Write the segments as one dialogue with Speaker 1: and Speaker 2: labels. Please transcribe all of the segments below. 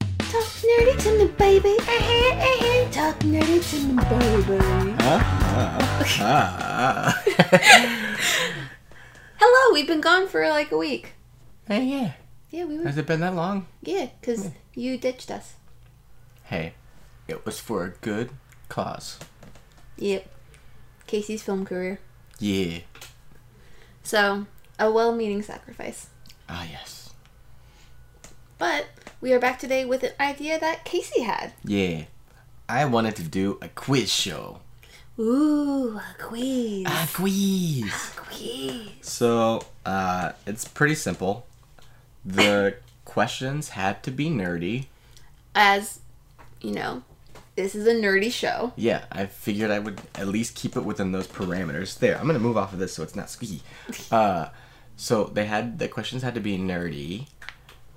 Speaker 1: Talk nerdy to me, baby. Uh-huh, uh-huh. Talk nerdy to me, baby.
Speaker 2: ah.
Speaker 1: Hello, we've been gone for like a week.
Speaker 2: Hey, yeah.
Speaker 1: Yeah, we were.
Speaker 2: Has it Hmm. been that long?
Speaker 1: Yeah, because you ditched us.
Speaker 2: Hey, it was for a good cause.
Speaker 1: Yep. Casey's film career.
Speaker 2: Yeah.
Speaker 1: So, a well meaning sacrifice.
Speaker 2: Ah, yes.
Speaker 1: But we are back today with an idea that Casey had.
Speaker 2: Yeah. I wanted to do a quiz show.
Speaker 1: Ooh, a quiz.
Speaker 2: A quiz.
Speaker 1: quiz.
Speaker 2: So, uh, it's pretty simple. The questions had to be nerdy.
Speaker 1: As, you know, this is a nerdy show.
Speaker 2: Yeah, I figured I would at least keep it within those parameters. There, I'm gonna move off of this so it's not squeaky. Uh, so they had the questions had to be nerdy,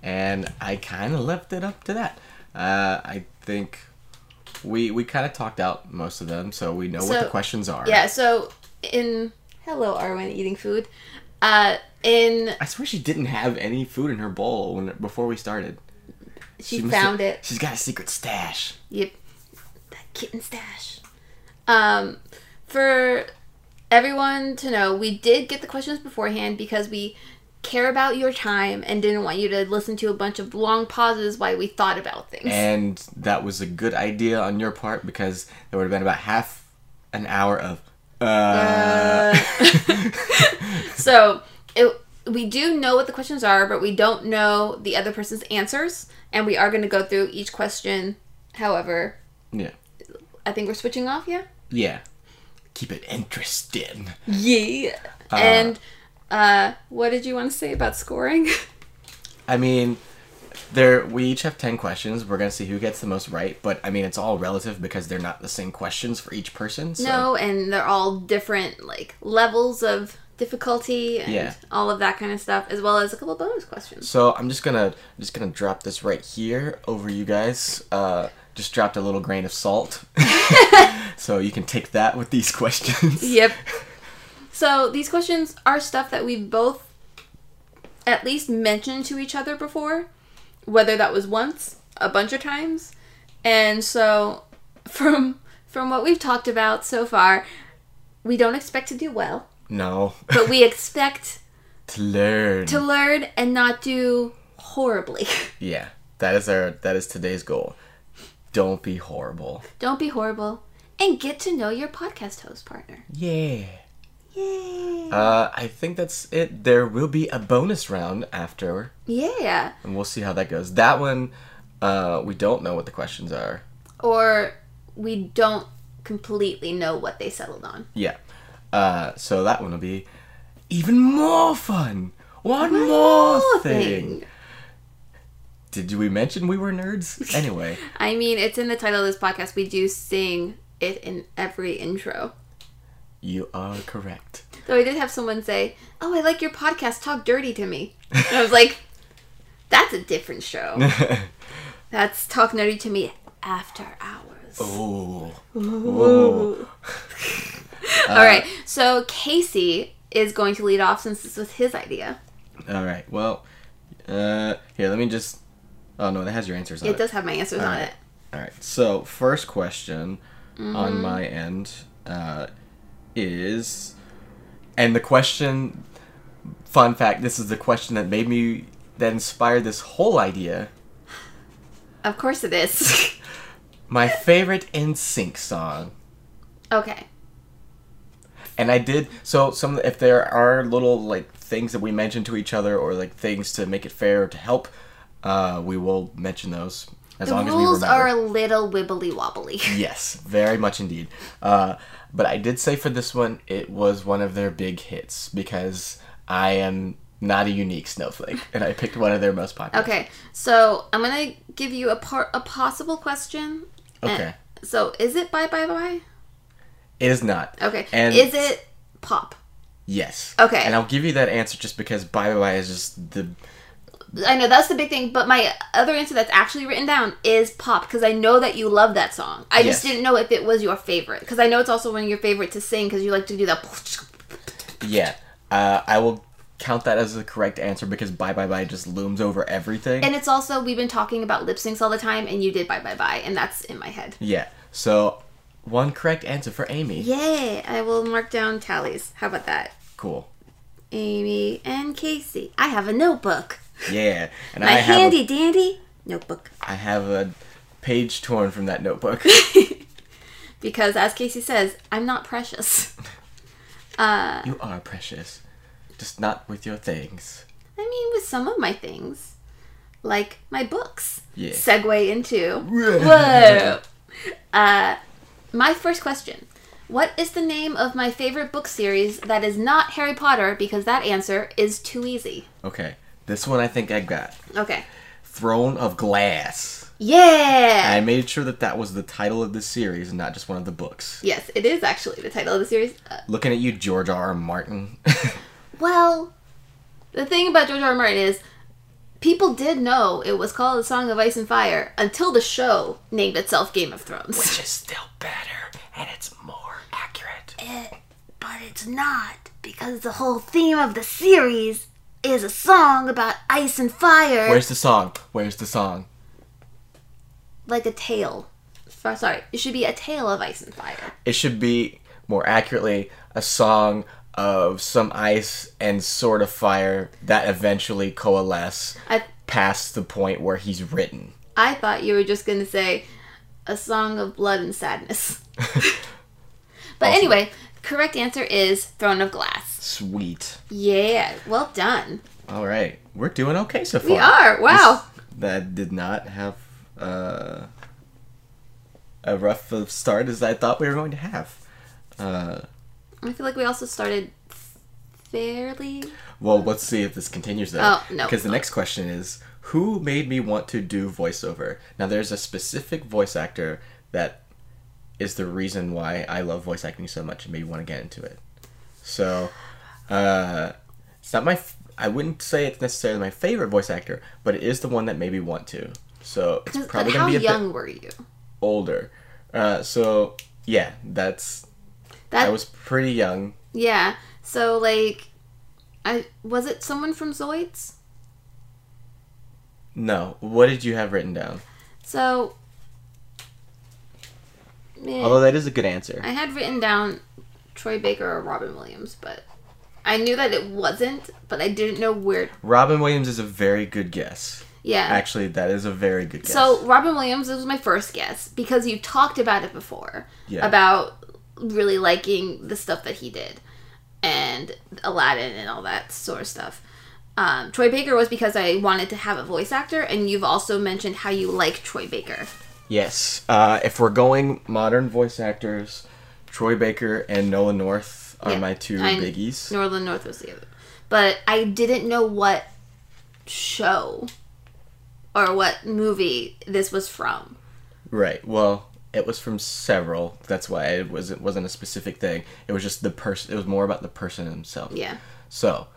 Speaker 2: and I kind of left it up to that. Uh, I think we we kind of talked out most of them, so we know what the
Speaker 1: So-
Speaker 2: questions are.
Speaker 1: Yeah, so in. Hello, Arwen, eating food. Uh, in.
Speaker 2: I swear she didn't have any food in her bowl when before we started.
Speaker 1: She,
Speaker 2: must
Speaker 1: found
Speaker 2: have-
Speaker 1: it.
Speaker 2: She's got a secret stash.
Speaker 1: Yep. That kitten stash. Um, for everyone to know, we did get the questions beforehand because we care about your time and didn't want you to listen to a bunch of long pauses while we thought about things.
Speaker 2: And that was a good idea on your part because there would have been about half an hour of uh,
Speaker 1: so it, we do know what the questions are, but we don't know the other person's answers, and we are going to go through each question. However,
Speaker 2: yeah.
Speaker 1: I think we're switching off. Yeah.
Speaker 2: Yeah. Keep it interesting.
Speaker 1: Yeah. and uh, what did you want to say about scoring?
Speaker 2: I mean, there we each have 10 questions. We're going to see who gets the most right, but I mean, it's all relative because they're not the same questions for each person. So
Speaker 1: No, and they're all different like levels of difficulty and
Speaker 2: Yeah.
Speaker 1: all of that kind of stuff, as well as a couple bonus questions.
Speaker 2: So I'm just gonna I'm just gonna drop this right here over you guys. Uh, just dropped a little grain of salt, so you can take that with these questions.
Speaker 1: Yep. So these questions are stuff that we both at least mentioned to each other before, whether that was once, a bunch of times. And so from from what we've talked about so far, we don't expect to do well,
Speaker 2: No,
Speaker 1: but we expect
Speaker 2: to learn.
Speaker 1: to learn and not do horribly.
Speaker 2: yeah, that is our that is today's goal. Don't be horrible.
Speaker 1: Don't be horrible and get to know your podcast host partner.
Speaker 2: Yeah.
Speaker 1: Yay!
Speaker 2: Uh, I think that's it. There will be a bonus round after,
Speaker 1: Yeah.
Speaker 2: and we'll see how that goes. That one, uh, we don't know what the questions are.
Speaker 1: Or we don't completely know what they settled on.
Speaker 2: Yeah. Uh, so that one will be even more fun. One, more
Speaker 1: more
Speaker 2: thing.
Speaker 1: thing.
Speaker 2: Did we mention we were nerds? Anyway,
Speaker 1: I mean, it's in the title of this podcast. We do sing it in every intro.
Speaker 2: you are correct.
Speaker 1: Though I did have someone say, "Oh, I like your podcast. Talk dirty to me." And I was like, "That's a different show. That's talk nerdy to me after hours."
Speaker 2: Oh, Ooh. uh,
Speaker 1: All right. So Casey is going to lead off since this was his idea.
Speaker 2: All right. Well, uh, here, let me just. Oh, no, that has your answers on
Speaker 1: It does have my answers on
Speaker 2: right.
Speaker 1: it.
Speaker 2: All right. So, first question
Speaker 1: Mm-hmm.
Speaker 2: on my end uh, is, and the question, fun fact, this is the question that made me that inspired this whole idea.
Speaker 1: Of course it is.
Speaker 2: My favorite NSYNC song,
Speaker 1: okay.
Speaker 2: and I did so. Some if there are little like things that we mention to each other or like things to make it fair or to help, uh, we will mention those as
Speaker 1: The
Speaker 2: long as we
Speaker 1: rules
Speaker 2: remember.
Speaker 1: are a little wibbly wobbly.
Speaker 2: Yes, very much indeed. Uh, but I did say for this one, it was one of their big hits because I am not a unique snowflake, and I picked one of their most popular.
Speaker 1: Okay, so I'm gonna give you a part a possible question. And-
Speaker 2: Okay.
Speaker 1: So is it bye bye bye?
Speaker 2: It is not.
Speaker 1: Okay.
Speaker 2: And-
Speaker 1: is it pop?
Speaker 2: Yes.
Speaker 1: Okay.
Speaker 2: And I'll give you that answer just because Bye Bye Bye is just the.
Speaker 1: I know that's the big thing, but my other answer that's actually written down is pop because I know that you love that song. I just
Speaker 2: Yes.
Speaker 1: didn't know if it was your favorite because I know it's also one of your favorite to sing because you like to do that.
Speaker 2: Yeah. Uh, I will count that as the correct answer because bye bye bye just looms over everything.
Speaker 1: And it's also we've been talking about lip syncs all the time, and you did bye bye bye, and that's in my head.
Speaker 2: yeah. So one correct answer for Amy.
Speaker 1: Yay! I will mark down tallies. How about that?
Speaker 2: Cool.
Speaker 1: Amy and Casey. I have a notebook.
Speaker 2: Yeah. And
Speaker 1: My
Speaker 2: I have
Speaker 1: handy
Speaker 2: a,
Speaker 1: dandy notebook.
Speaker 2: I have a page torn from that notebook.
Speaker 1: Because as Casey says, I'm not precious.
Speaker 2: you are precious. Just not with your things.
Speaker 1: I mean, with some of my things, like my books.
Speaker 2: Yeah.
Speaker 1: Segue into. Whoa! Uh, my first question What is the name of my favorite book series that is not Harry Potter because that answer is too easy?
Speaker 2: Okay. This one I think I got.
Speaker 1: Okay.
Speaker 2: Throne of Glass. I
Speaker 1: Yeah!
Speaker 2: made sure that that was the title of the series and not just one of the books.
Speaker 1: yes, it is actually the title of the series. Uh,
Speaker 2: Looking at you, George R. R. Martin.
Speaker 1: well, the thing about George R. R. Martin is people did know it was called The Song of Ice and Fire until the show named itself Game of Thrones.
Speaker 2: is still better and it's more accurate.
Speaker 1: But it's not, because the whole theme of the series is a song about ice and fire.
Speaker 2: Where's the song? Where's the song?
Speaker 1: like a tale. F- Sorry, it should be a tale of ice and fire.
Speaker 2: It should be more accurately a song of some ice and sort of fire that eventually coalesce
Speaker 1: I
Speaker 2: past the point where he's written.
Speaker 1: I thought you were just gonna say a song of blood and sadness. but anyway, correct answer is Throne of Glass.
Speaker 2: Sweet.
Speaker 1: Yeah, well done.
Speaker 2: All right, we're doing okay so far.
Speaker 1: We are. Wow.
Speaker 2: That did not have uh, a rough of start as I thought we were going to have. Uh,
Speaker 1: I feel like we also started fairly.
Speaker 2: well, let's see if this continues though.
Speaker 1: Oh, no.
Speaker 2: Because the next question is Who made me want to do voiceover? Now, there's a specific voice actor that is the reason why I love voice acting so much and made me want to get into it. So, uh, it's not my. F- I wouldn't say it's necessarily my favorite voice actor, but it is the one that made me want to. So it's
Speaker 1: But
Speaker 2: probably
Speaker 1: how
Speaker 2: gonna be a bit
Speaker 1: young were you?
Speaker 2: older. Uh, so yeah, that's
Speaker 1: That
Speaker 2: I was pretty young.
Speaker 1: yeah. So like, I was it someone from Zoids?
Speaker 2: No, what did you have written down?
Speaker 1: So. Meh.
Speaker 2: Although that is a good answer.
Speaker 1: I had written down Troy Baker or Robin Williams, but I knew that it wasn't, but I didn't know where.
Speaker 2: Robin Williams is a very good guess.
Speaker 1: Yeah.
Speaker 2: Actually, that is a very good guess.
Speaker 1: So Robin Williams was my first guess because you talked about it before
Speaker 2: Yeah.
Speaker 1: about really liking the stuff that he did and Aladdin and all that sort of stuff. Um, Troy Baker was because I wanted to have a voice actor, and you've also mentioned how you like Troy Baker.
Speaker 2: yes, uh, if we're going modern voice actors, Troy Baker and Noah North are
Speaker 1: Yeah,
Speaker 2: my 2
Speaker 1: I'm-
Speaker 2: biggies.
Speaker 1: Northern North was the other. But I didn't know what show or what movie this was from.
Speaker 2: Right. Well, it was from several. That's why it was it wasn't a specific thing. It was just the person. It was more about the person himself.
Speaker 1: Yeah.
Speaker 2: So,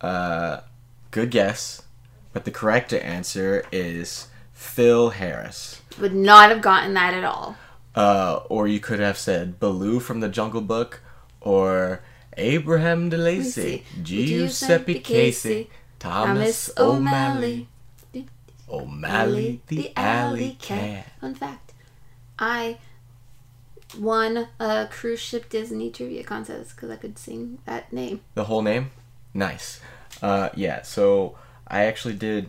Speaker 2: uh, good guess, but the correct answer is Phil Harris.
Speaker 1: Would not have gotten that at all.
Speaker 2: Uh, or you could have said Baloo from the Jungle Book, or Abraham DeLacy, Giuseppe Casey, Thomas O'Malley, O'Malley the Alley Cat.
Speaker 1: Fun fact. I won a cruise ship Disney trivia contest because I could sing that name.
Speaker 2: The whole name? Nice. Uh, yeah, so I actually did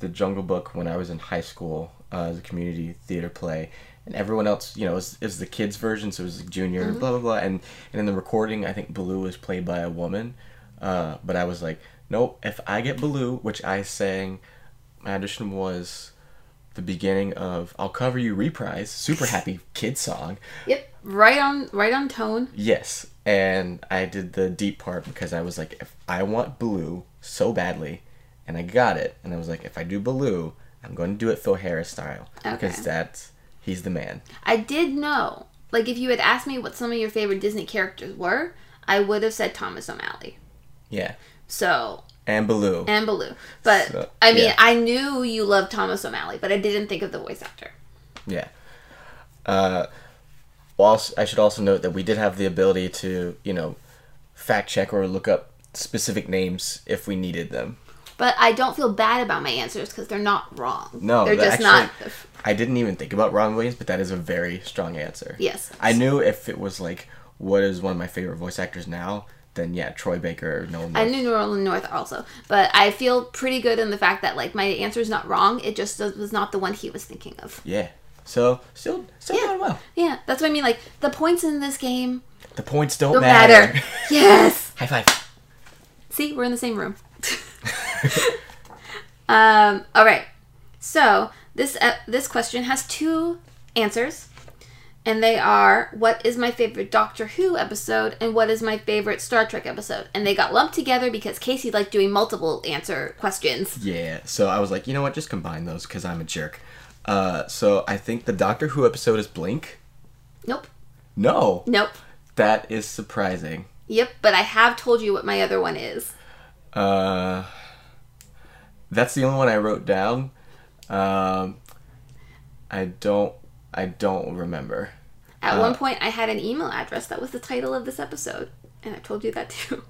Speaker 2: the Jungle Book when I was in high school uh, as a community theater play. And everyone else, you know, is, is the kids' version, so it was like junior, blah, blah, blah. And, and in the recording, I think Baloo was played by a woman. Uh, but I was like, nope, if I get Baloo, which I sang, my audition was the beginning of I'll Cover You Reprise, super happy kid song.
Speaker 1: Yep. Right on right on tone.
Speaker 2: Yes, and I did the deep part because I was like, if I want Baloo so badly, and I got it, and I was like, if I do Baloo, I'm going to do it Phil Harris style
Speaker 1: Okay.
Speaker 2: because that's he's the man.
Speaker 1: I did know. Like if you had asked me what some of your favorite Disney characters were, I would have said Thomas O'Malley.
Speaker 2: Yeah,
Speaker 1: So
Speaker 2: and Baloo.
Speaker 1: and Baloo. But
Speaker 2: So,
Speaker 1: I mean,
Speaker 2: yeah.
Speaker 1: I knew you loved Thomas O'Malley, but I didn't think of the voice actor.
Speaker 2: yeah. Uh, whilst I should also note that we did have the ability to, you know, fact check or look up specific names if we needed them.
Speaker 1: But I don't feel bad about my answers because they're not wrong.
Speaker 2: No,
Speaker 1: they're
Speaker 2: that
Speaker 1: just not.
Speaker 2: actually- I didn't even think about Robin Williams, but that is a very strong answer.
Speaker 1: Yes.
Speaker 2: I knew if it was like, what is one of my favorite voice actors now? Then yeah, Troy Baker or Nolan.
Speaker 1: I
Speaker 2: North.
Speaker 1: knew New Orleans North also, but I feel pretty good in the fact that like my answer is not wrong. It just does- was not the one he was thinking of.
Speaker 2: Yeah. So still, still
Speaker 1: Yeah.
Speaker 2: doing well.
Speaker 1: Yeah, that's what I mean. Like the points in this game
Speaker 2: The points don't,
Speaker 1: don't
Speaker 2: matter.
Speaker 1: matter. yes.
Speaker 2: High five.
Speaker 1: See, we're in the same room. um, all right. So this uh, this question has two answers, and they are: What is my favorite Doctor Who episode, and what is my favorite Star Trek episode? And they got lumped together because Casey liked doing multiple answer questions.
Speaker 2: Yeah. So I was like, you know what? Just combine those because I'm a jerk. Uh, so I think the Doctor Who episode is Blink.
Speaker 1: Nope.
Speaker 2: No,
Speaker 1: Nope.
Speaker 2: that is surprising.
Speaker 1: Yep. But I have told you what my other one is.
Speaker 2: Uh, that's the only one I wrote down. Um, I don't. I don't remember.
Speaker 1: At
Speaker 2: Uh,
Speaker 1: one point, I had an email address that was the title of this episode, and I told you that too.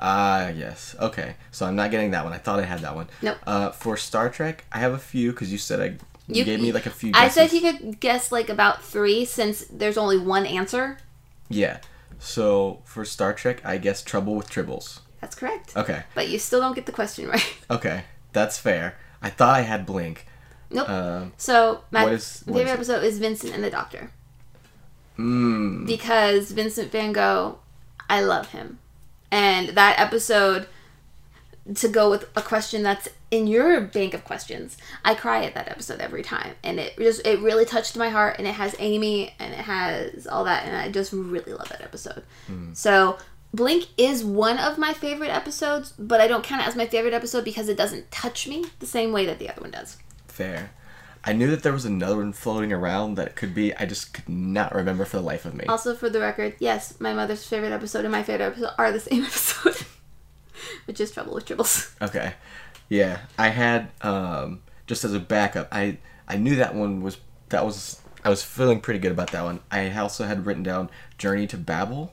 Speaker 2: Ah, yes. Okay. So I'm not getting that one. I thought I had that one.
Speaker 1: Nope.
Speaker 2: Uh, for Star Trek, I have a few because you said I you,
Speaker 1: You-
Speaker 2: gave me like a few.
Speaker 1: I said
Speaker 2: guesses.
Speaker 1: he could guess like about three since there's only one answer.
Speaker 2: Yeah. So for Star Trek, I guess Trouble with Tribbles.
Speaker 1: That's correct.
Speaker 2: Okay.
Speaker 1: But you still don't get the question right.
Speaker 2: Okay. That's fair. I thought I had Blink.
Speaker 1: Nope.
Speaker 2: Um.
Speaker 1: so my
Speaker 2: what is- what
Speaker 1: favorite
Speaker 2: is
Speaker 1: episode is Vincent and the Doctor
Speaker 2: Mm,
Speaker 1: because Vincent Van Gogh, I love him, and that episode. To go with a question that's in your bank of questions, I cry at that episode every time, and it just it really touched my heart. And it has Amy, and it has all that, and I just really love that episode. So Blink is one of my favorite episodes, but I don't count it as my favorite episode because it doesn't touch me the same way that the other one does.
Speaker 2: fair. I knew that there was another one floating around that it could be. I just could not remember for the life of me.
Speaker 1: Also, for the record, yes, my mother's favorite episode and my favorite episode are the same episode, which is Trouble with Tribbles.
Speaker 2: Okay. Yeah, I had um just as a backup. I I knew that one was that was I was feeling pretty good about that one. I also had written down Journey to Babel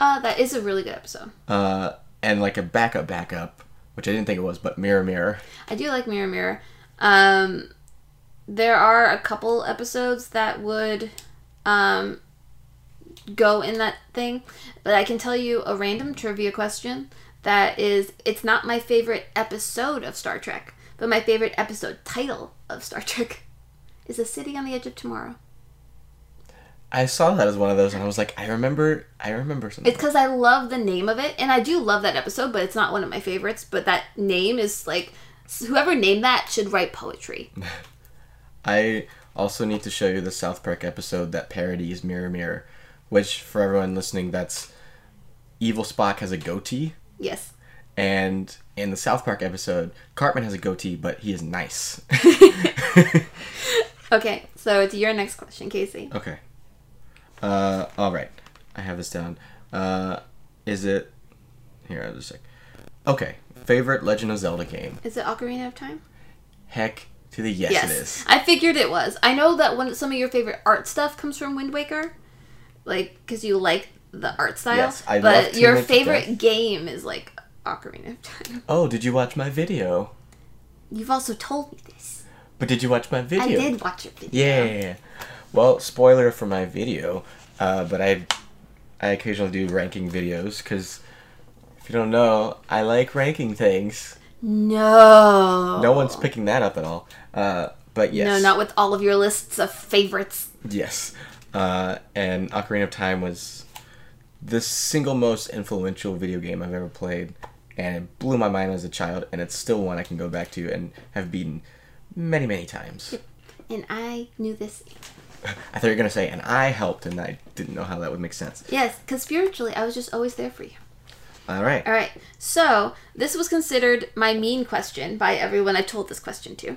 Speaker 1: Uh, that is a really good episode.
Speaker 2: uh and like a backup backup, which I didn't think it was, but Mirror Mirror.
Speaker 1: I do like Mirror Mirror. Um, there are a couple episodes that would um, go in that thing, but I can tell you a random trivia question that is it's not my favorite episode of Star Trek, but my favorite episode title of Star Trek is A City on the Edge of Tomorrow.
Speaker 2: I saw that as one of those and I was like, I remember I remember something.
Speaker 1: It's because I love the name of it, and I do love that episode, but it's not one of my favorites. But that name is like whoever named that should write poetry.
Speaker 2: I also need to show you the South Park episode that parodies Mirror Mirror, which for everyone listening that's Evil Spock has a goatee.
Speaker 1: Yes,
Speaker 2: And in the South Park episode, Cartman has a goatee, but he is nice.
Speaker 1: Okay, so it's your next question, Casey.
Speaker 2: okay. Uh, all right. I have this down. Uh, is it? Here, I'll just sec. Okay. Favorite Legend of Zelda game?
Speaker 1: Is it Ocarina of Time?
Speaker 2: Heck to the yes, it is.
Speaker 1: I figured it was. I know that one some of your favorite art stuff comes from Wind Waker, like because you like the art style.
Speaker 2: Yes, I
Speaker 1: but
Speaker 2: love to
Speaker 1: your
Speaker 2: make the
Speaker 1: favorite
Speaker 2: death.
Speaker 1: game is like Ocarina of Time.
Speaker 2: Oh, did you watch my video?
Speaker 1: You've also told me this.
Speaker 2: But did you watch my video?
Speaker 1: I did watch your video.
Speaker 2: Yeah. Well, spoiler for my video, uh, but I, I occasionally do ranking videos because, if you don't know, I like ranking things.
Speaker 1: No.
Speaker 2: No one's picking that up at all. Uh, but yes.
Speaker 1: No, not with all of your lists of favorites.
Speaker 2: Yes. Uh, and Ocarina of Time was the single most influential video game I've ever played, and it blew my mind as a child, and it's still one I can go back to and have beaten many, many times.
Speaker 1: And I knew this.
Speaker 2: I thought you were going to say, and I helped, and I didn't know how that would make sense.
Speaker 1: Yes, because spiritually, I was just always there for you.
Speaker 2: All right.
Speaker 1: All right. So this was considered my mean question by everyone I told this question to.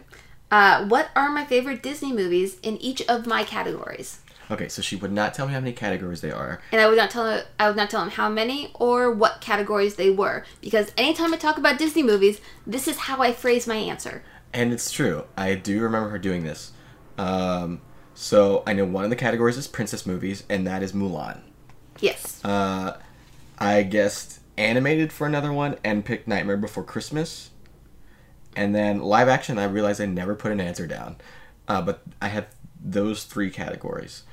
Speaker 1: Uh, what are my favorite Disney movies in each of my categories?
Speaker 2: Okay, so she would not tell me how many categories they are.
Speaker 1: And I would not tell I would not tell them how many or what categories they were because anytime I talk about Disney movies, this is how I phrase my answer.
Speaker 2: And it's true. I do remember her doing this. Um, so I know one of the categories is princess movies, and that is Mulan.
Speaker 1: Yes.
Speaker 2: Uh, I guessed animated for another one and picked Nightmare Before Christmas. And then live action, I realized I never put an answer down. Uh, but I had those three categories.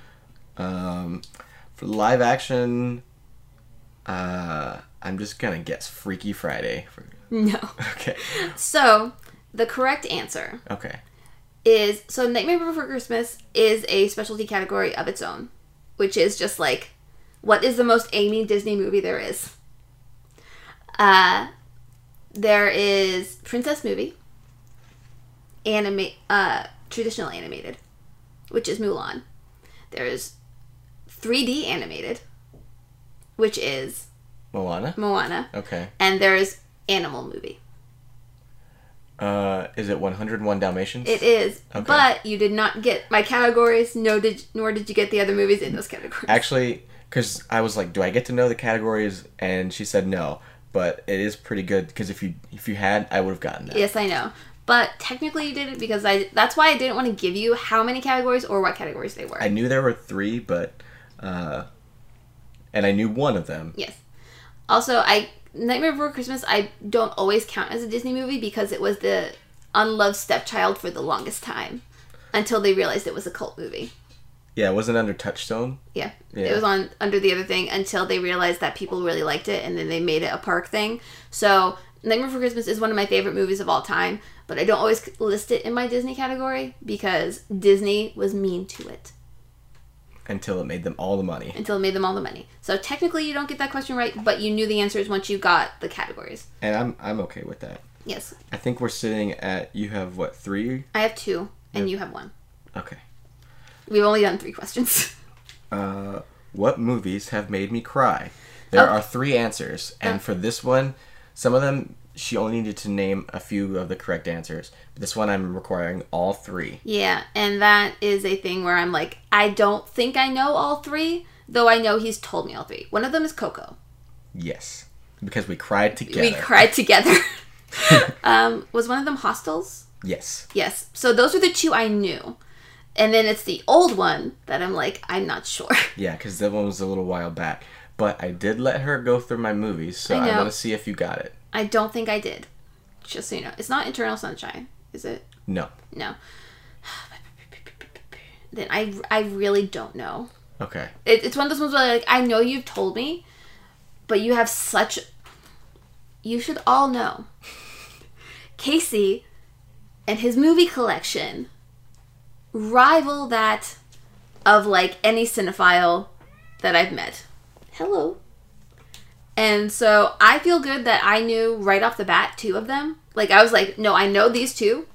Speaker 2: Um, for live action, uh, I'm just going to guess Freaky Friday. For,
Speaker 1: No.
Speaker 2: okay.
Speaker 1: So, the correct answer
Speaker 2: Okay.
Speaker 1: is so Nightmare Before Christmas is a specialty category of its own, which is just like what is the most Amy Disney movie there is. Uh, there is princess movie, anime, uh, traditional animated, which is Mulan. There is 3D animated, which is
Speaker 2: Moana?
Speaker 1: Moana,
Speaker 2: Okay.
Speaker 1: and there is animal movie.
Speaker 2: Uh, is it 101 Dalmatians?
Speaker 1: It is,
Speaker 2: Okay.
Speaker 1: but you did not get my categories. No, did nor did you get the other movies in those categories.
Speaker 2: Actually, because I was like, "Do I get to know the categories?" And she said no, but it is pretty good because if you if you had, I would have gotten that.
Speaker 1: yes, I know, but technically you didn't because I. That's why I didn't want to give you how many categories or what categories they were.
Speaker 2: I knew there were three, but uh, and I knew one of them.
Speaker 1: yes. Also, I Nightmare Before Christmas I don't always count as a Disney movie because it was the unloved stepchild for the longest time until they realized it was a cult movie.
Speaker 2: Yeah, it wasn't under Touchstone.
Speaker 1: Yeah.
Speaker 2: Yeah.
Speaker 1: It was on under the other thing until they realized that people really liked it and then they made it a park thing. So, Nightmare Before Christmas is one of my favorite movies of all time, but I don't always c- list it in my Disney category because Disney was mean to it
Speaker 2: until it made them all the money.
Speaker 1: until it made them all the money. So, technically, you don't get that question right, but you knew the answers once you got the categories.
Speaker 2: And I'm I'm okay with that.
Speaker 1: Yes.
Speaker 2: I think we're sitting at you have what three?
Speaker 1: I have two and you have one.
Speaker 2: Okay.
Speaker 1: We've only done three questions.
Speaker 2: Uh, what movies have made me cry? There
Speaker 1: Oh.
Speaker 2: are three answers, and for this one, some of them she only needed to name a few of the correct answers. This one, I'm requiring all three.
Speaker 1: Yeah, and that is a thing where I'm like, I don't think I know all three, though I know he's told me all three. One of them is Coco.
Speaker 2: Yes, because we cried together.
Speaker 1: we cried together. um, was one of them hostels?
Speaker 2: Yes,
Speaker 1: Yes. So those are the two I knew. And then it's the old one that I'm like, I'm not sure.
Speaker 2: yeah, because that one was a little while back. But I did let her go through my movies, so
Speaker 1: I
Speaker 2: I,
Speaker 1: know.
Speaker 2: want to see if you got it.
Speaker 1: I don't think I did. Just so you know. It's not Eternal Sunshine, is it?
Speaker 2: No.
Speaker 1: No. Then I, I really don't know.
Speaker 2: Okay.
Speaker 1: It, it's one of those ones where like I know you've told me, but you have such. You should all know. Casey and his movie collection rival that of like any cinephile that I've met. Hello. And so I feel good that I knew right off the bat two of them. Like I was like, no, I know these two.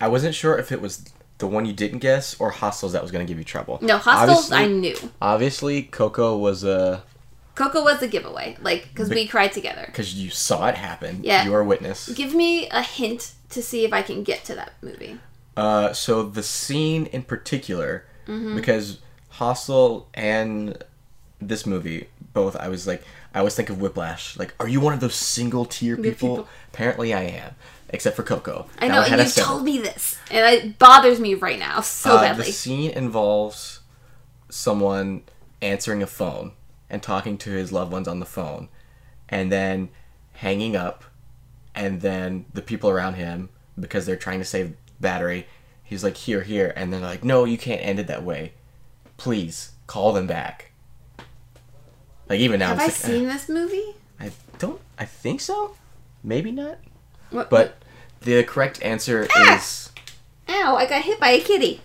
Speaker 2: I wasn't sure if it was the one you didn't guess or Hostels that was going to give you trouble.
Speaker 1: No, Hostels
Speaker 2: Obviously,
Speaker 1: I knew.
Speaker 2: obviously Coco was a.
Speaker 1: Coco was a giveaway, like because we cried together.
Speaker 2: because you saw it happen.
Speaker 1: Yeah.
Speaker 2: You were a witness.
Speaker 1: Give me a hint to see if I can get to that movie.
Speaker 2: Uh, so the scene in particular,
Speaker 1: Mm-hmm.
Speaker 2: because Hostel and this movie, both, I was like, I always think of Whiplash. Like, are you one of those single tier people?
Speaker 1: people.
Speaker 2: Apparently, I am, except for Coco.
Speaker 1: I
Speaker 2: That
Speaker 1: know,
Speaker 2: one had
Speaker 1: and
Speaker 2: a
Speaker 1: you
Speaker 2: seven.
Speaker 1: told me this, and it bothers me right now so
Speaker 2: Uh,
Speaker 1: badly.
Speaker 2: The scene involves someone answering a phone and talking to his loved ones on the phone, and then hanging up, and then the people around him because they're trying to save battery. He's like, "Here, here," and they're like, "No, you can't end it that way. Please call them back." Like even now,
Speaker 1: Have
Speaker 2: I'm
Speaker 1: I
Speaker 2: just like,
Speaker 1: seen this movie?
Speaker 2: "Uh, I don't. I think so. Maybe not.
Speaker 1: What,
Speaker 2: But the correct answer
Speaker 1: Ah!
Speaker 2: is.
Speaker 1: ow! I got hit by a kitty.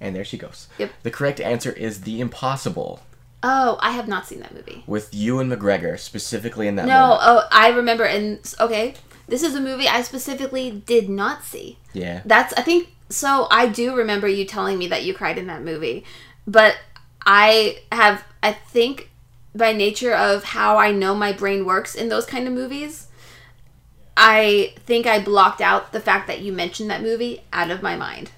Speaker 2: And there she goes.
Speaker 1: Yep.
Speaker 2: The correct answer is The Impossible
Speaker 1: Oh, I have not seen that movie.
Speaker 2: with Ewan McGregor specifically in that
Speaker 1: No,
Speaker 2: moment.
Speaker 1: oh, I remember. And okay, this is a movie I specifically did not see.
Speaker 2: Yeah.
Speaker 1: That's I think so. I do remember you telling me that you cried in that movie, but I have I think by nature of how I know my brain works in those kind of movies, I think I blocked out the fact that you mentioned that movie out of my mind.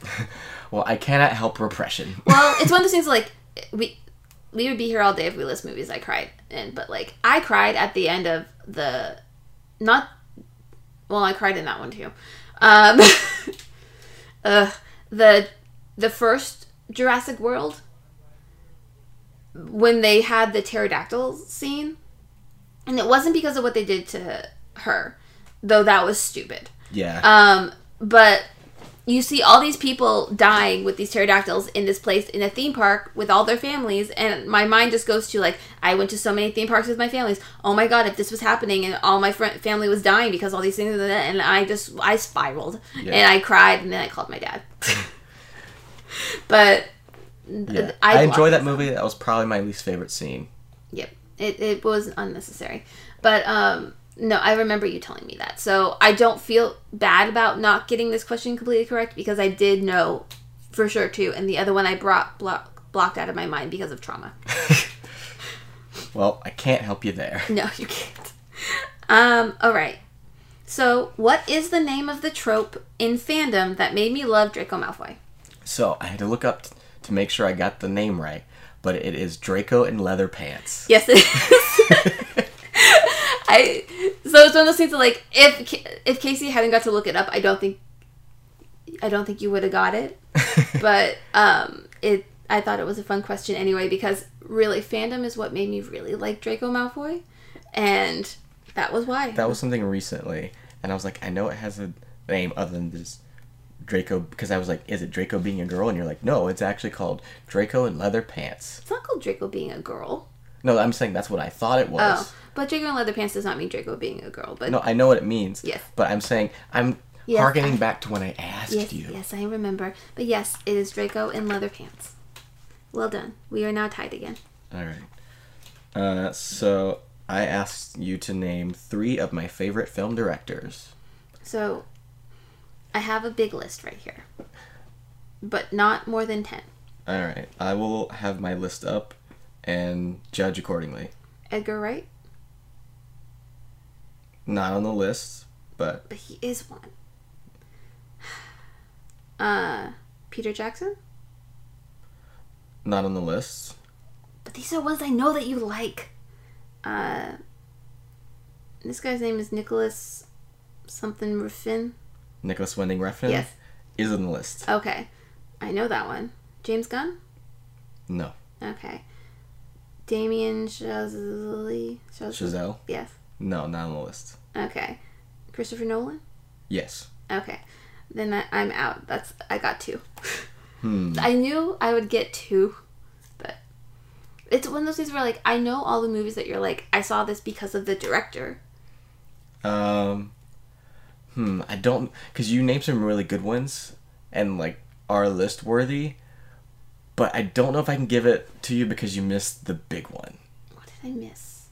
Speaker 2: Well, I cannot help repression.
Speaker 1: Well, it's one of those things like we we would be here all day if we list movies I cried in, but like I cried at the end of the not well, I cried in that one too. Um uh, the the first Jurassic World when they had the pterodactyl scene And it wasn't because of what they did to her, though that was stupid.
Speaker 2: Yeah.
Speaker 1: Um, but you see all these people dying with these pterodactyls in this place in a theme park with all their families, and my mind just goes to like, I went to so many theme parks with my families. Oh my god, if this was happening and all my friend family was dying because all these things, and I just I spiraled
Speaker 2: Yeah.
Speaker 1: and I cried, and then I called my dad. but
Speaker 2: yeah.
Speaker 1: I
Speaker 2: I, enjoy
Speaker 1: blocked
Speaker 2: that movie. That was probably my least favorite scene.
Speaker 1: Yep. It, it was unnecessary. But um no, I remember you telling me that. So I don't feel bad about not getting this question completely correct because I did know for sure too. And the other one I brought block, blocked out of my mind because of trauma.
Speaker 2: Well, I can't help you there.
Speaker 1: No, you can't. Um, all right. So what is the name of the trope in fandom that made me love Draco Malfoy?
Speaker 2: So I had to look up t- to make sure I got the name right, but it is Draco in leather pants.
Speaker 1: Yes, it is. I so it's one of those things that like if Ca- if Casey hadn't got to look it up, I don't think I don't think you would have got it. But um, it I thought it was a fun question anyway because really fandom is what made me really like Draco Malfoy, and that was why.
Speaker 2: that was something recently, and I was like, I know it has a name other than this Draco, because I was like, is it Draco being a girl? And you're like, no, it's actually called Draco in leather pants.
Speaker 1: it's not called Draco being a girl.
Speaker 2: No, I'm saying that's what I thought it was.
Speaker 1: Oh, but Draco in leather pants does not mean Draco being a girl. But
Speaker 2: No, I know what it means.
Speaker 1: Yes.
Speaker 2: But I'm saying I'm
Speaker 1: Yes,
Speaker 2: harkening back to when I asked
Speaker 1: yes,
Speaker 2: you.
Speaker 1: yes, I remember. But yes, it is Draco in leather pants. Well done. We are now tied again.
Speaker 2: All right. Uh, so I asked you to name three of my favorite film directors.
Speaker 1: So I have a big list right here. But not more than 10.
Speaker 2: All right. I will have my list up and judge accordingly.
Speaker 1: Edgar Wright,
Speaker 2: Not on the list, but
Speaker 1: but he is one. Uh Peter Jackson?
Speaker 2: not on the list.
Speaker 1: But these are ones I know that you like. Uh This guy's name is Nicholas something Ruffin.
Speaker 2: Nicholas Winding Refn
Speaker 1: Yes.
Speaker 2: is on the list.
Speaker 1: Okay. I know that one. James Gunn?
Speaker 2: No.
Speaker 1: Okay. Damien Chazelle? Chazelle?
Speaker 2: Chazelle?
Speaker 1: Yes.
Speaker 2: No, not on the list.
Speaker 1: Okay. Christopher Nolan?
Speaker 2: Yes.
Speaker 1: Okay. Then I, I'm out. That's I got two.
Speaker 2: Hmm.
Speaker 1: I knew I would get two, but it's one of those things where like I know all the movies that you're like I saw this because of the director.
Speaker 2: Um, hmm, I don't because you named some really good ones and like are list worthy, but I don't know if I can give it to you because you missed the big one.
Speaker 1: What did I miss?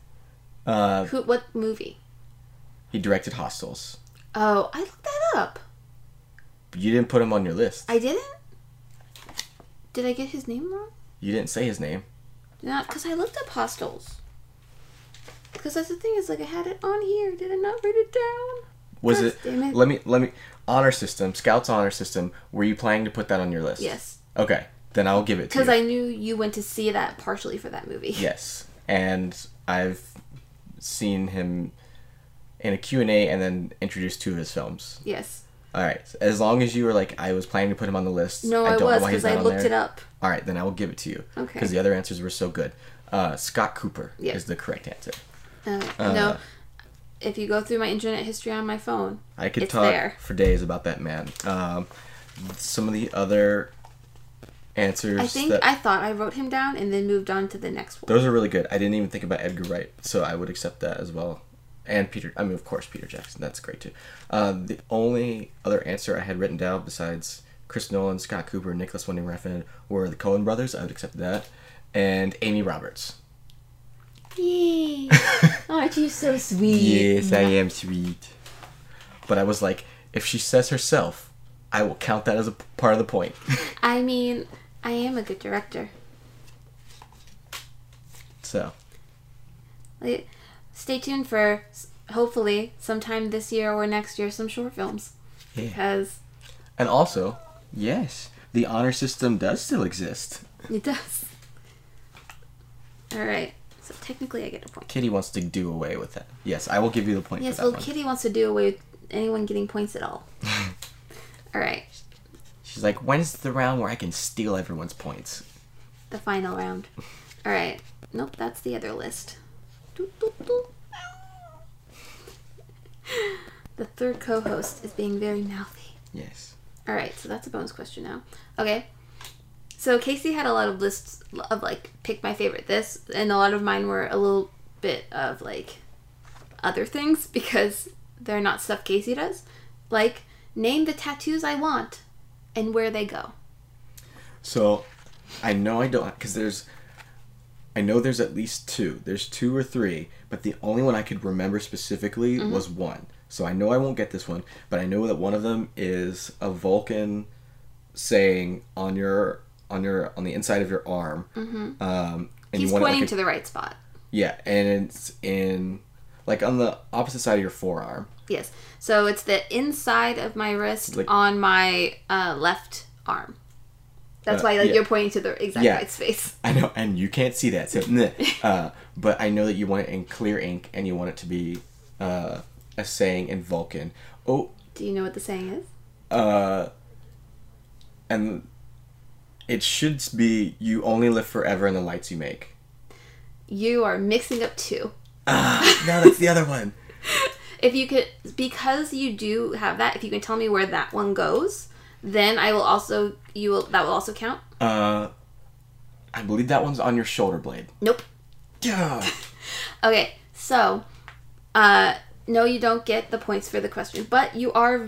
Speaker 2: Uh,
Speaker 1: Who? What movie?
Speaker 2: he directed Hostels.
Speaker 1: Oh, I looked that up.
Speaker 2: You didn't put him on your list.
Speaker 1: I didn't. Did I get his name wrong?
Speaker 2: You didn't say his name.
Speaker 1: No, because I looked up hostels. Because that's the thing is like I had it on here. Did I not write it down?
Speaker 2: Was
Speaker 1: God
Speaker 2: it,
Speaker 1: damn it.
Speaker 2: Let me let me honor system. Scouts honor system. Were you planning to put that on your list?
Speaker 1: Yes,
Speaker 2: Okay, then I'll give it to you.
Speaker 1: because I knew you went to see that partially for that movie.
Speaker 2: Yes, and I've seen him in a Q and A, and then introduced two of his films.
Speaker 1: Yes.
Speaker 2: All right, as long as you were like, I was planning to put him on the list.
Speaker 1: No, I,
Speaker 2: don't know
Speaker 1: was
Speaker 2: why he's
Speaker 1: because I
Speaker 2: not on
Speaker 1: looked
Speaker 2: there.
Speaker 1: it up.
Speaker 2: All right, then I will give it to you.
Speaker 1: Okay.
Speaker 2: Because the other answers were so good. Uh, Scott Cooper
Speaker 1: Yeah.
Speaker 2: is the correct answer.
Speaker 1: Uh, no, if you go through my internet history on my phone,
Speaker 2: I could
Speaker 1: It's
Speaker 2: talk
Speaker 1: there.
Speaker 2: for days about that man. Um, some of the other answers
Speaker 1: I think
Speaker 2: that
Speaker 1: I thought I wrote him down and then moved on to the next one.
Speaker 2: those are really good. I didn't even think about Edgar Wright, so I would accept that as well. And Peter, I mean, of course, Peter Jackson. That's great too. Uh, the only other answer I had written down besides Chris Nolan, Scott Cooper, Nicholas Winding Refn were the Coen Brothers. I would accept that, and Amy Roberts.
Speaker 1: Yay! Aren't you so sweet?
Speaker 2: Yes, I am sweet. But I was like, if she says herself, I will count that as a p- part of the point.
Speaker 1: I mean, I am a good director.
Speaker 2: so
Speaker 1: Like, stay tuned for s- hopefully sometime this year or next year some short films
Speaker 2: yeah.
Speaker 1: because
Speaker 2: And also, yes, the honor system does still exist.
Speaker 1: it does. All right. So technically, I get a point.
Speaker 2: Kitty wants to do away with that. Yes, I will give you the point
Speaker 1: Yes.
Speaker 2: for that
Speaker 1: Well,
Speaker 2: one.
Speaker 1: Kitty wants to do away with anyone getting points at all. all right.
Speaker 2: She's like, when's the round where I can steal everyone's points?
Speaker 1: the final round. All right. Nope, that's the other list. Doot, doot, doot. The third co host is being very mouthy.
Speaker 2: Yes.
Speaker 1: All right, so that's a bonus question now. Okay. So Casey had a lot of lists of like pick my favorite this, and a lot of mine were a little bit of like other things because they're not stuff Casey does. Like name the tattoos I want and where they go.
Speaker 2: So, I know I don't because there's, I know there's at least two. There's two or three, but the only one I could remember specifically
Speaker 1: Mm-hmm.
Speaker 2: was one. So I know I won't get this one, but I know that one of them is a Vulcan saying on your on your on the inside of your arm. Mm-hmm. Um, and
Speaker 1: He's
Speaker 2: want it like
Speaker 1: pointing
Speaker 2: a-
Speaker 1: to the right spot.
Speaker 2: yeah, and it's in like on the opposite side of your forearm.
Speaker 1: Yes. So it's the inside of my wrist
Speaker 2: Like-
Speaker 1: on my uh, left arm. That's
Speaker 2: Uh,
Speaker 1: why like
Speaker 2: yeah.
Speaker 1: you're pointing to the exact
Speaker 2: Yeah.
Speaker 1: right space.
Speaker 2: I know, and you can't see that. So, meh. uh, but I know that you want it in clear ink, and you want it to be uh, a saying in Vulcan. Oh,
Speaker 1: Do you know what the saying is?
Speaker 2: uh, and it should be "You only live forever in the lights you make."
Speaker 1: You are mixing up two.
Speaker 2: Ah, no, that's the other one.
Speaker 1: If you could, because you do have that, if you can tell me where that one goes, then I will also you will that will also count.
Speaker 2: Uh, I believe that one's on your shoulder blade.
Speaker 1: Nope.
Speaker 2: Yeah.
Speaker 1: Okay. So, uh, no, you don't get the points for the question, but you are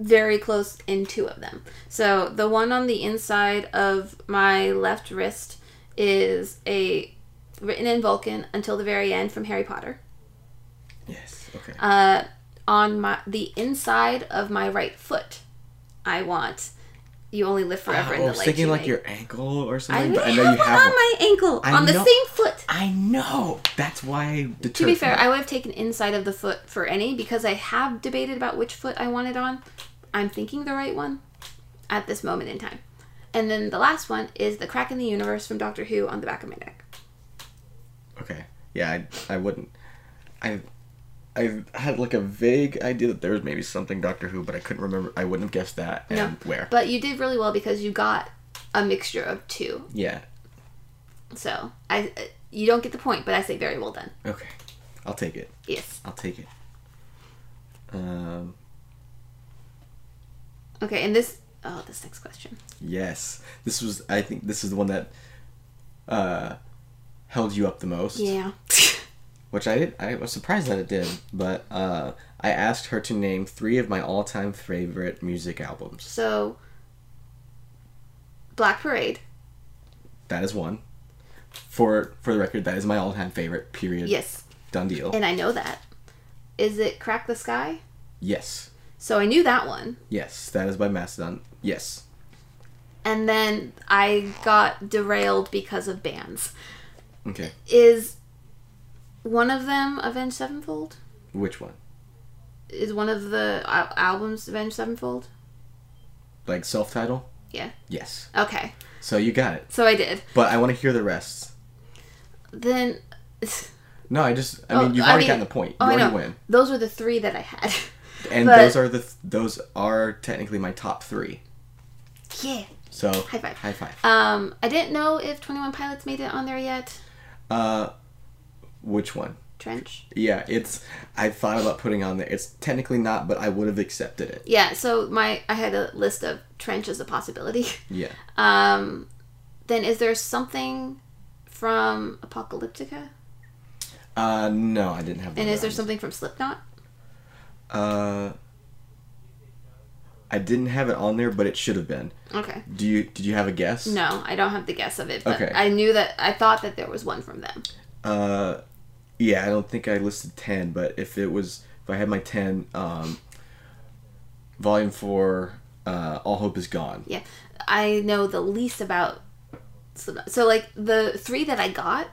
Speaker 1: very close in two of them. So the one on the inside of my left wrist is a written in Vulcan until the very end from Harry Potter.
Speaker 2: Yes. Okay.
Speaker 1: uh, on my the inside of my right foot. I want you only live forever in
Speaker 2: I
Speaker 1: the
Speaker 2: was
Speaker 1: light.
Speaker 2: Oh, thinking
Speaker 1: you
Speaker 2: like
Speaker 1: make."
Speaker 2: your ankle or
Speaker 1: I,
Speaker 2: something,
Speaker 1: really
Speaker 2: but I
Speaker 1: have,
Speaker 2: know you
Speaker 1: one
Speaker 2: have
Speaker 1: on
Speaker 2: one.
Speaker 1: my ankle
Speaker 2: I
Speaker 1: on the
Speaker 2: know-
Speaker 1: same foot.
Speaker 2: I know. That's why. I
Speaker 1: To be
Speaker 2: deterred
Speaker 1: fair,
Speaker 2: from
Speaker 1: I would have taken inside of the foot for any because I have debated about which foot I want it on. I'm thinking the right one at this moment in time. And then the last one is the crack in the universe from Doctor Who on the back of my neck.
Speaker 2: Okay. Yeah, I, I wouldn't. I I had like a vague idea that there was maybe something Doctor Who, but I couldn't remember. I wouldn't have guessed that and
Speaker 1: No,
Speaker 2: where.
Speaker 1: But you did really well because you got a mixture of two.
Speaker 2: yeah.
Speaker 1: So I, you don't get the point, but I say very well done.
Speaker 2: Okay. I'll take it.
Speaker 1: Yes.
Speaker 2: I'll take it. Um.
Speaker 1: Okay, and this oh, this next question.
Speaker 2: Yes. This was. I think this is the one that. Uh, held you up the most.
Speaker 1: Yeah.
Speaker 2: Which I did. I was surprised that it did, but uh, I asked her to name three of my all-time favorite music albums.
Speaker 1: so Black Parade.
Speaker 2: That is one. For for the record, that is my all-time favorite. Period.
Speaker 1: Yes.
Speaker 2: Done deal.
Speaker 1: And I know that. Is it Crack the Sky?
Speaker 2: Yes.
Speaker 1: So I knew that one.
Speaker 2: Yes. That is by Mastodon. Yes.
Speaker 1: And then I got derailed because of bands.
Speaker 2: Okay.
Speaker 1: Is one of them Avenged Sevenfold?
Speaker 2: Which one?
Speaker 1: Is one of the al- albums Avenged Sevenfold?
Speaker 2: Like self title?
Speaker 1: Yeah.
Speaker 2: Yes.
Speaker 1: Okay.
Speaker 2: So you got it.
Speaker 1: So I did.
Speaker 2: But I want to hear the rest.
Speaker 1: Then
Speaker 2: No, I just I
Speaker 1: Oh,
Speaker 2: mean you've
Speaker 1: I
Speaker 2: already
Speaker 1: mean-
Speaker 2: gotten the point. You
Speaker 1: oh, I
Speaker 2: already
Speaker 1: know.
Speaker 2: win.
Speaker 1: those were the three that I had.
Speaker 2: And
Speaker 1: But-
Speaker 2: those are the th- those are technically my top 3.
Speaker 1: yeah.
Speaker 2: So
Speaker 1: High five.
Speaker 2: High five.
Speaker 1: Um, I didn't know if Twenty One Pilots made it on there yet.
Speaker 2: Uh which one?
Speaker 1: Trench.
Speaker 2: Yeah, it's I thought about putting on there. It's technically not, but I would have accepted it.
Speaker 1: Yeah, so my I had a list of Trench as a possibility.
Speaker 2: Yeah.
Speaker 1: Um, then is there something from Apocalyptica?
Speaker 2: Uh no, I didn't have that.
Speaker 1: And is there
Speaker 2: on.
Speaker 1: something from Slipknot?
Speaker 2: Uh I didn't have it on there, but it should have been.
Speaker 1: Okay.
Speaker 2: Do you did you have a guess?
Speaker 1: No, I don't have the guess of it, but
Speaker 2: Okay.
Speaker 1: I knew that I thought that there was one from them.
Speaker 2: Uh, yeah, I don't think I listed ten, but if it was if I had my ten, um, volume four, uh, all hope is gone.
Speaker 1: Yeah. I know the least about Slipknot. So like the three that I got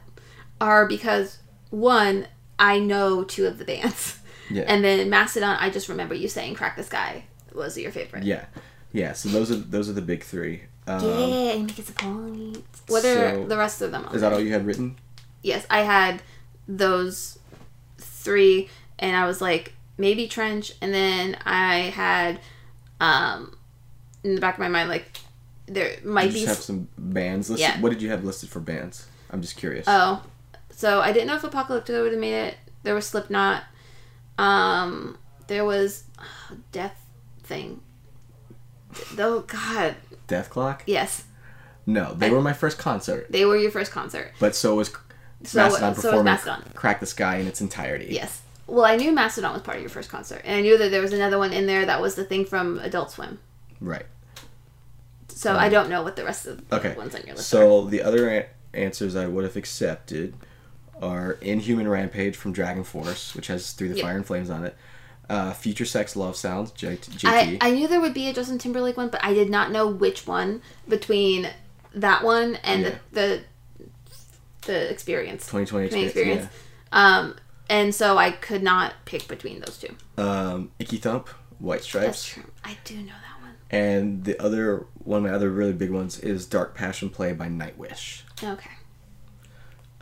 Speaker 1: are because one, I know two of the bands.
Speaker 2: Yeah,
Speaker 1: And then Mastodon, I just remember you saying Crack the Sky was your favorite.
Speaker 2: yeah, yeah. So those are those are the big three. Um,
Speaker 1: Yeah, and he gets a point. What are
Speaker 2: so-
Speaker 1: the rest of them? On
Speaker 2: Is that all you had written?
Speaker 1: Yes, I had those three, and I was like, maybe Trench, and then I had, um, in the back of my mind, like, there
Speaker 2: You
Speaker 1: might be.
Speaker 2: just have some bands listed.
Speaker 1: Yeah.
Speaker 2: What did you have listed for bands? I'm just curious.
Speaker 1: oh, so I didn't know if Apocalyptica would have made it. There was Slipknot. Um, there was uh, death thing. Oh God,
Speaker 2: Death Clock?
Speaker 1: yes,
Speaker 2: No, they
Speaker 1: I-
Speaker 2: were my first concert.
Speaker 1: they were your first concert.
Speaker 2: But so was
Speaker 1: So-
Speaker 2: Mastodon
Speaker 1: so was
Speaker 2: performing
Speaker 1: Mastodon.
Speaker 2: Crack the Sky in its entirety.
Speaker 1: Yes. Well, I knew Mastodon was part of your first concert, and I knew that there was another one in there that was the thing from Adult Swim.
Speaker 2: Right.
Speaker 1: So I don't know what the rest of the
Speaker 2: Okay.
Speaker 1: ones on your list are.
Speaker 2: So the other an- answers I would have accepted are Inhuman Rampage from Dragon Force, which has Through the
Speaker 1: Yeah.
Speaker 2: Fire and Flames on it. Uh, Future Sex Love Sounds, J-
Speaker 1: I,
Speaker 2: JT.
Speaker 1: I knew there would be a Justin Timberlake one, but I did not know which one between that one and
Speaker 2: Yeah.
Speaker 1: the, the the experience.
Speaker 2: 2020
Speaker 1: Community
Speaker 2: Experience.
Speaker 1: experience.
Speaker 2: yeah.
Speaker 1: Um, and so I could not pick between those two.
Speaker 2: Um, Icky Thump, White
Speaker 1: That's
Speaker 2: Stripes.
Speaker 1: true. I do know that one.
Speaker 2: And the other one of my other really big ones is Dark Passion Play by Nightwish.
Speaker 1: Okay.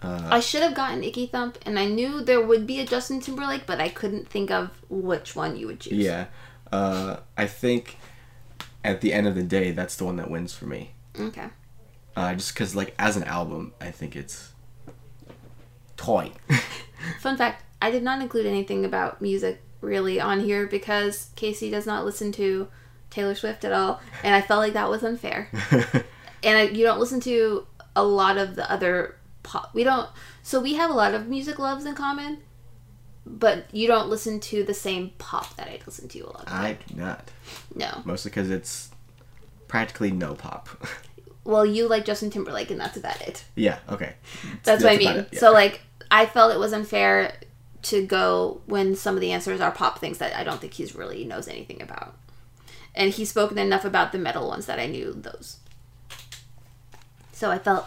Speaker 2: Uh,
Speaker 1: I should have gotten Icky Thump, and I knew there would be a Justin Timberlake, but I couldn't think of which one you would choose.
Speaker 2: Yeah. Uh, I think at the end of the day, that's the one that wins for me.
Speaker 1: Okay.
Speaker 2: Uh, just because, like, as an album, I think it's toy.
Speaker 1: Fun fact I did not include anything about music really on here because Casey does not listen to Taylor Swift at all, and I felt like that was unfair. and I, you don't listen to a lot of the other pop. We don't. So we have a lot of music loves in common, but you don't listen to the same pop that I listen to a lot.
Speaker 2: I do not.
Speaker 1: No.
Speaker 2: Mostly because it's practically no pop.
Speaker 1: Well, you like Justin Timberlake, and that's about it.
Speaker 2: yeah, okay.
Speaker 1: That's, what I
Speaker 2: That's about
Speaker 1: mean.
Speaker 2: it, yeah.
Speaker 1: So like, I felt it was unfair to go when some of the answers are pop things that I don't think he's really knows anything about. And he's spoken enough about the metal ones that I knew those. So I felt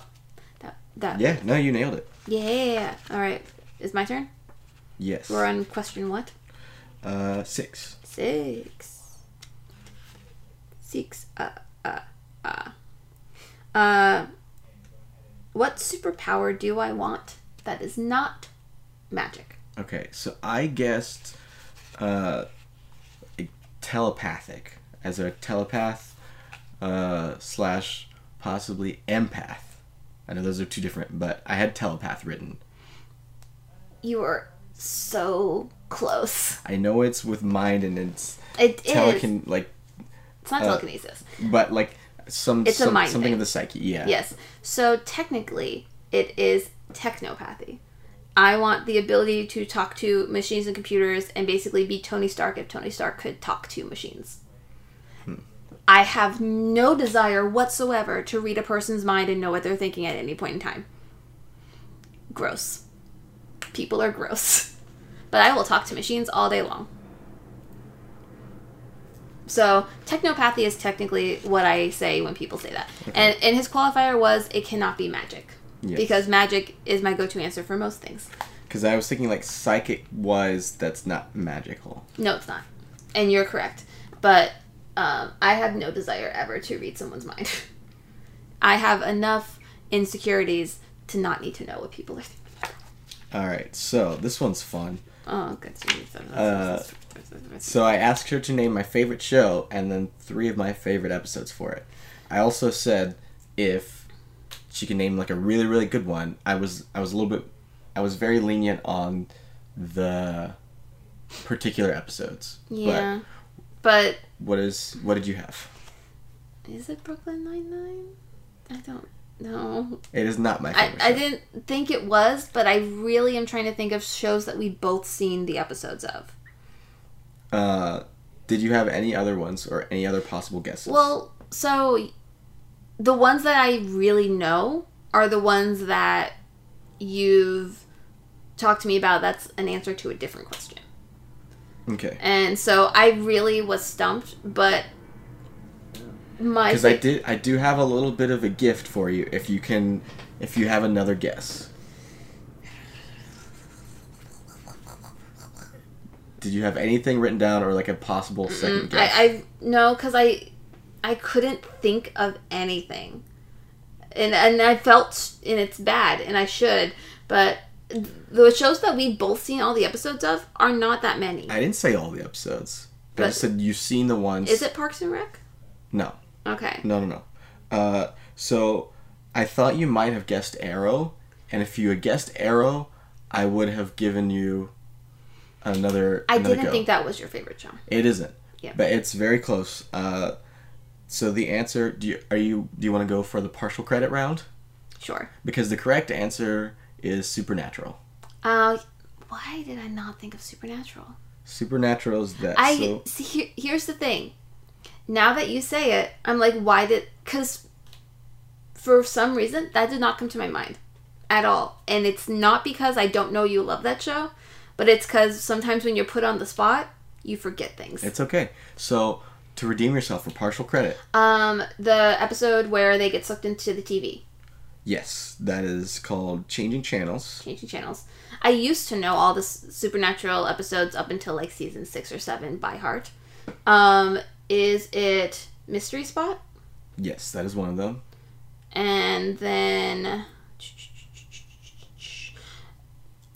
Speaker 1: that that
Speaker 2: Yeah, no, you nailed it.
Speaker 1: yeah. All right, is my turn.
Speaker 2: Yes.
Speaker 1: We're on question what?
Speaker 2: Uh, six.
Speaker 1: Six. Six. Uh, uh, uh. Uh, what superpower do I want that is not magic?
Speaker 2: Okay, so I guessed uh, a- telepathic as a telepath uh, slash possibly empath. I know those are two different, but I had telepath written.
Speaker 1: You are so close.
Speaker 2: I know it's with mind and it's
Speaker 1: It is.
Speaker 2: telecon like,
Speaker 1: It's not
Speaker 2: uh,
Speaker 1: telekinesis.
Speaker 2: but like some,
Speaker 1: It's a
Speaker 2: some-
Speaker 1: mind
Speaker 2: something
Speaker 1: thing.
Speaker 2: of the psyche. Yeah.
Speaker 1: Yes. So technically, it is technopathy. I want the ability to talk to machines and computers and basically be Tony Stark if Tony Stark could talk to machines.
Speaker 2: Hmm.
Speaker 1: I have no desire whatsoever to read a person's mind and know what they're thinking at any point in time. Gross. People are gross. But I will talk to machines all day long. So technopathy is technically what I say when people say that. And and his qualifier was it cannot be magic.
Speaker 2: Yes.
Speaker 1: Because magic is my go-to answer for most things.
Speaker 2: Because I was thinking like psychic was that's not magical.
Speaker 1: No, it's not. And you're correct. But um, I have no desire ever to read someone's mind. I have enough insecurities to not need to know what people are thinking.
Speaker 2: All right, so this one's fun.
Speaker 1: Oh, good.
Speaker 2: Uh, So I asked her to name my favorite show and then three of my favorite episodes for it. I also said if she can name like a really really good one, I was I was a little bit I was very lenient on the particular episodes.
Speaker 1: yeah. But,
Speaker 2: But what is what did you have?
Speaker 1: is it Brooklyn Nine Nine? I don't know.
Speaker 2: It is not my
Speaker 1: I,
Speaker 2: favorite.
Speaker 1: I
Speaker 2: show.
Speaker 1: didn't think it was, but I really am trying to think of shows that we both seen the episodes of.
Speaker 2: Uh, did you have any other ones or any other possible guesses?
Speaker 1: Well, so the ones that I really know are the ones that you've talked to me about. That's an answer to a different question.
Speaker 2: okay.
Speaker 1: And so I really was stumped, but my
Speaker 2: Because I did, I do have a little bit of a gift for you. If you can, if you have another guess. Did you have anything written down or like a possible 2nd
Speaker 1: Mm,
Speaker 2: guess?
Speaker 1: I, I no, because I I couldn't think of anything, and and I felt and it's bad, and I should, but the shows that we both seen all the episodes of are not that many.
Speaker 2: I didn't say all the episodes. I
Speaker 1: But-
Speaker 2: just said you've seen the ones.
Speaker 1: Is it Parks and Rec?
Speaker 2: No,
Speaker 1: Okay.
Speaker 2: no, no, no. Uh, so I thought you might have guessed Arrow, and if you had guessed Arrow, I would have given you another.
Speaker 1: I
Speaker 2: another
Speaker 1: didn't
Speaker 2: go.
Speaker 1: think that was your favorite show.
Speaker 2: It isn't.
Speaker 1: Yeah.
Speaker 2: But it's very close. Uh, so the answer do you are you do you want to go for the partial credit round?
Speaker 1: Sure.
Speaker 2: Because the correct answer is Supernatural.
Speaker 1: Uh, why did I not think of Supernatural?
Speaker 2: Supernatural is that
Speaker 1: I
Speaker 2: so
Speaker 1: see. Here, here's the thing. Now that you say it, I'm like, why did? Because for some reason that did not come to my mind at all, and it's not because I don't know you love that show, but it's because sometimes when you're put on the spot, you forget things.
Speaker 2: it's okay. So to redeem yourself for partial credit,
Speaker 1: um, the episode where they get sucked into the TV,
Speaker 2: yes, that is called changing channels.
Speaker 1: changing channels. I used to know all the s- supernatural episodes up until like season six or seven by heart. Um, is it Mystery Spot?
Speaker 2: Yes, that is one of them.
Speaker 1: And then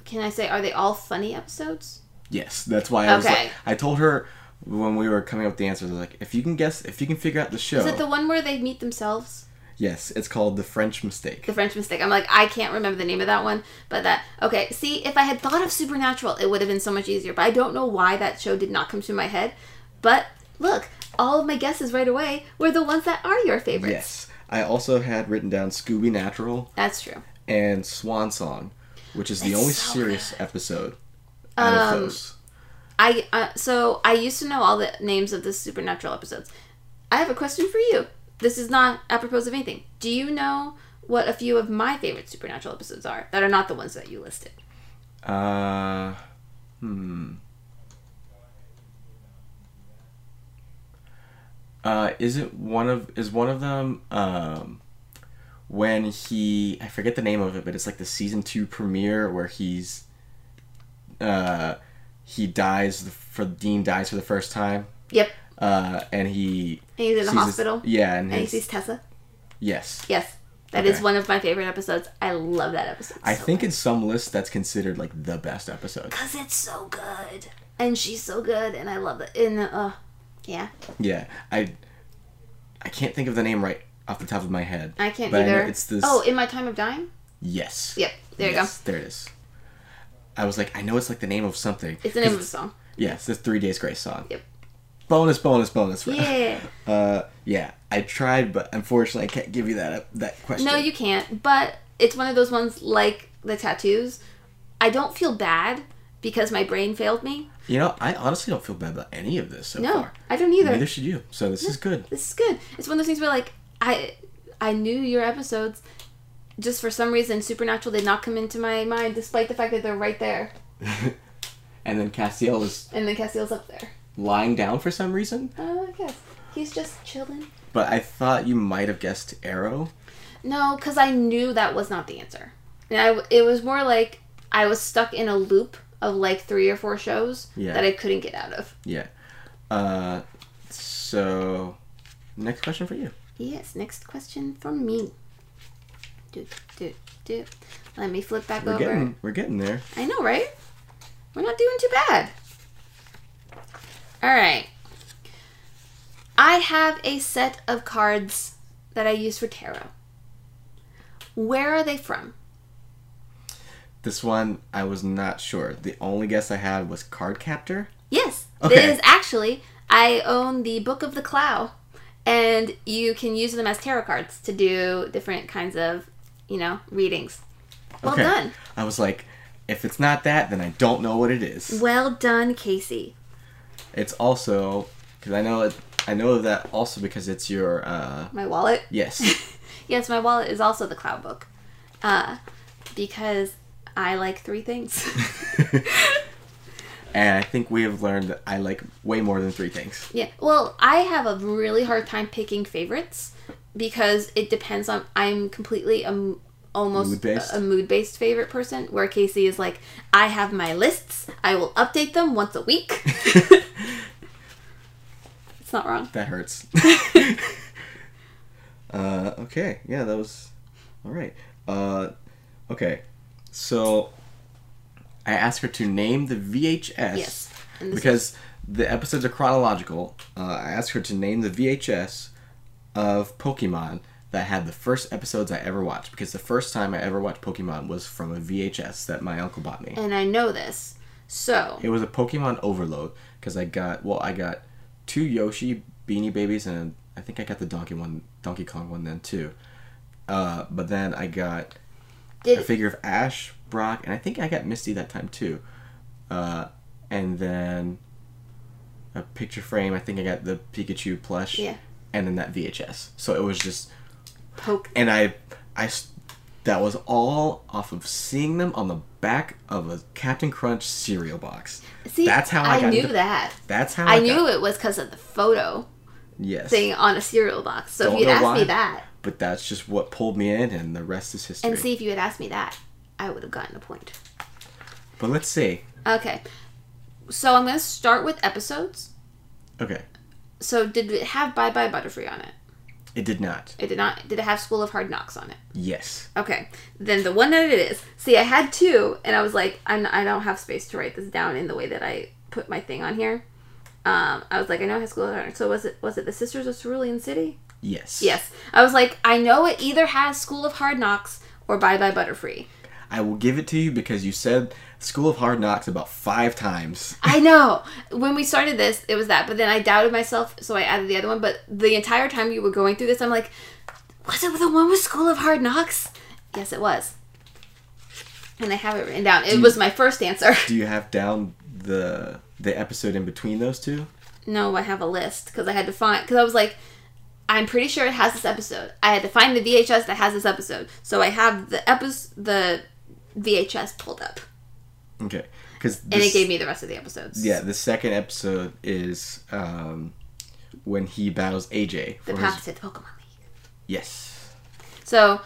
Speaker 1: can I say are they all funny episodes?
Speaker 2: Yes, that's why I was
Speaker 1: Okay.
Speaker 2: like, I told her when we were coming up with the answers, I was like, if you can guess, if you can figure out the show,
Speaker 1: Is it the one where they meet themselves?
Speaker 2: yes, it's called the French Mistake.
Speaker 1: The French Mistake. I'm like I can't remember the name of that one, but that okay. See, if I had thought of Supernatural, it would have been so much easier. But I don't know why that show did not come to my head. But look, all of my guesses right away were the ones that are your favorites.
Speaker 2: Yes, I also had written down Scooby Natural
Speaker 1: That's true.
Speaker 2: and Swan Song, which is the
Speaker 1: It's
Speaker 2: only
Speaker 1: so Um,
Speaker 2: serious episode out of those.
Speaker 1: I uh, so I used to know all the names of the supernatural episodes. I have a question for you. This is not apropos of anything. Do you know what a few of my favorite supernatural episodes are that are not the ones that you listed?
Speaker 2: Uh, hmm. Uh, is it one of is one of them um, when he I forget the name of it, but it's like the season two premiere where he's uh, he dies the, for Dean dies for the first time
Speaker 1: Yep.
Speaker 2: uh, and he
Speaker 1: And he's in the
Speaker 2: sees his-
Speaker 1: hospital.
Speaker 2: yeah, and,
Speaker 1: and he
Speaker 2: his-
Speaker 1: sees Tessa.
Speaker 2: yes,
Speaker 1: Yes, that is
Speaker 2: Okay.
Speaker 1: one of my favorite episodes. I love that episode.
Speaker 2: I think in some lists that's considered like the best episode.
Speaker 1: because it's so good, and she's so good, and I love it. And uh, yeah,
Speaker 2: Yeah, I I can't think of the name right off the top of my head.
Speaker 1: I can't
Speaker 2: but I know
Speaker 1: either.
Speaker 2: it's this.
Speaker 1: Oh, in my time of dying.
Speaker 2: yes.
Speaker 1: Yep. There you
Speaker 2: Yes, There it is. I was like, I know it's like the name of something.
Speaker 1: go. It's the name of the song.
Speaker 2: Yes, the Three Days Grace song.
Speaker 1: Yep.
Speaker 2: Bonus, bonus, bonus.
Speaker 1: Yeah.
Speaker 2: Uh, yeah. I tried, but unfortunately, I can't give you that that question.
Speaker 1: No, you can't. But it's one of those ones like the tattoos. I don't feel bad because my brain failed me.
Speaker 2: You know, I honestly don't feel bad about any of this so
Speaker 1: No,
Speaker 2: far.
Speaker 1: I don't either.
Speaker 2: Neither should you. So this is good.
Speaker 1: This is good. It's one of those things where like I I knew your episodes. Just for some reason, Supernatural did not come into my mind, despite the fact that they're right there,
Speaker 2: And then Castiel was
Speaker 1: and then Castiel's up there.
Speaker 2: lying down for some reason,
Speaker 1: Oh, I guess he's just chilling.
Speaker 2: but I thought you might have guessed Arrow.
Speaker 1: No, because I knew that was not the answer, and I it was more like I was stuck in a loop of like three or four shows
Speaker 2: Yeah.
Speaker 1: that I couldn't get out of.
Speaker 2: Yeah. Uh, so, next question for you.
Speaker 1: Yes, next question from me. Do, do, do. Let me flip back
Speaker 2: We're
Speaker 1: over.
Speaker 2: getting we're getting there.
Speaker 1: I know, right? We're not doing too bad. All right. I have a set of cards that I use for tarot. Where are they from?
Speaker 2: This one I was not sure. The only guess I had was card captor.
Speaker 1: Yes,
Speaker 2: Okay.
Speaker 1: it is actually. I own the Book of the Clow, and you can use them as tarot cards to do different kinds of, you know, readings. Well
Speaker 2: Okay.
Speaker 1: done.
Speaker 2: I was like, if it's not that, then I don't know what it is.
Speaker 1: Well done, Casey.
Speaker 2: It's also because I know it. I know that also because it's your. Uh,
Speaker 1: My wallet.
Speaker 2: yes.
Speaker 1: Yes, my wallet is also the cloud book. Uh, because I like three things.
Speaker 2: and I think we have learned that I like way more than three things.
Speaker 1: yeah. Well, I have a really hard time picking favorites because it depends on. I'm completely a, m- almost
Speaker 2: Mood-based?
Speaker 1: a mood based favorite person, where Casey is like, I have my lists. I will update them once a week. it's not wrong.
Speaker 2: That hurts. uh, okay. Yeah, that was all right. Uh, okay. So I asked her to name the VHS
Speaker 1: Yes, and this
Speaker 2: because the episodes are chronological. Uh, I asked her to name the VHS of Pokemon that had the first episodes I ever watched because the first time I ever watched Pokemon was from a VHS that my uncle bought me.
Speaker 1: and I know this. So,
Speaker 2: It was a Pokemon overload because I got well, I got two Yoshi Beanie Babies and I think I got the Donkey one, Donkey Kong one then too. Uh, but then I got
Speaker 1: did
Speaker 2: a figure of Ash, Brock, and I think I got Misty that time too. Uh, and then a picture frame. I think I got the Pikachu plush.
Speaker 1: Yeah.
Speaker 2: And then that VHS. So it was just
Speaker 1: poke
Speaker 2: and I, I, s- that was all off of seeing them on the back of a Captain Crunch cereal box.
Speaker 1: See,
Speaker 2: that's how I, got
Speaker 1: knew
Speaker 2: into-
Speaker 1: that.
Speaker 2: That's how
Speaker 1: I,
Speaker 2: I,
Speaker 1: knew
Speaker 2: got,
Speaker 1: it was because of the photo
Speaker 2: Yes.
Speaker 1: thing on a cereal box. So
Speaker 2: Don't
Speaker 1: if you'd
Speaker 2: know
Speaker 1: asked me
Speaker 2: why.
Speaker 1: that,
Speaker 2: But that's just what pulled me in, and the rest is history.
Speaker 1: and see if you had asked me that, I would have gotten a point.
Speaker 2: but let's see.
Speaker 1: Okay, so I'm gonna start with episodes.
Speaker 2: Okay,
Speaker 1: So did it have Bye Bye Butterfree on it?
Speaker 2: it did not.
Speaker 1: It did not. Did it have School of Hard Knocks on it?
Speaker 2: Yes.
Speaker 1: Okay, then the one that it is. See, I had two, and I was like, I'm, I don't have space to write this down in the way that I put my thing on here. Um, I was like, I know it has School of Hard Knocks. So was it was it the Sisters of Cerulean City?
Speaker 2: Yes.
Speaker 1: Yes. I was like, I know it either has School of Hard Knocks or Bye Bye Butterfree.
Speaker 2: I will give it to you because you said School of Hard Knocks about five times.
Speaker 1: I know. When we started this, it was that, but then I doubted myself, so I added the other one. But the entire time you were going through this, I'm like, was it the one with School of Hard Knocks? Yes, it was. And I have it written down. It was my first answer.
Speaker 2: Do you have down the the episode in between those two?
Speaker 1: no, I have a list because I had to find because I was like, I'm pretty sure it has this episode. I had to find the VHS that has this episode, so I have the episode the VHS pulled up.
Speaker 2: Okay. Because
Speaker 1: and it gave me the rest of the episodes.
Speaker 2: Yeah, the second episode is um, when he battles AJ.
Speaker 1: the
Speaker 2: for
Speaker 1: path
Speaker 2: his-
Speaker 1: to the Pokemon League.
Speaker 2: yes.
Speaker 1: So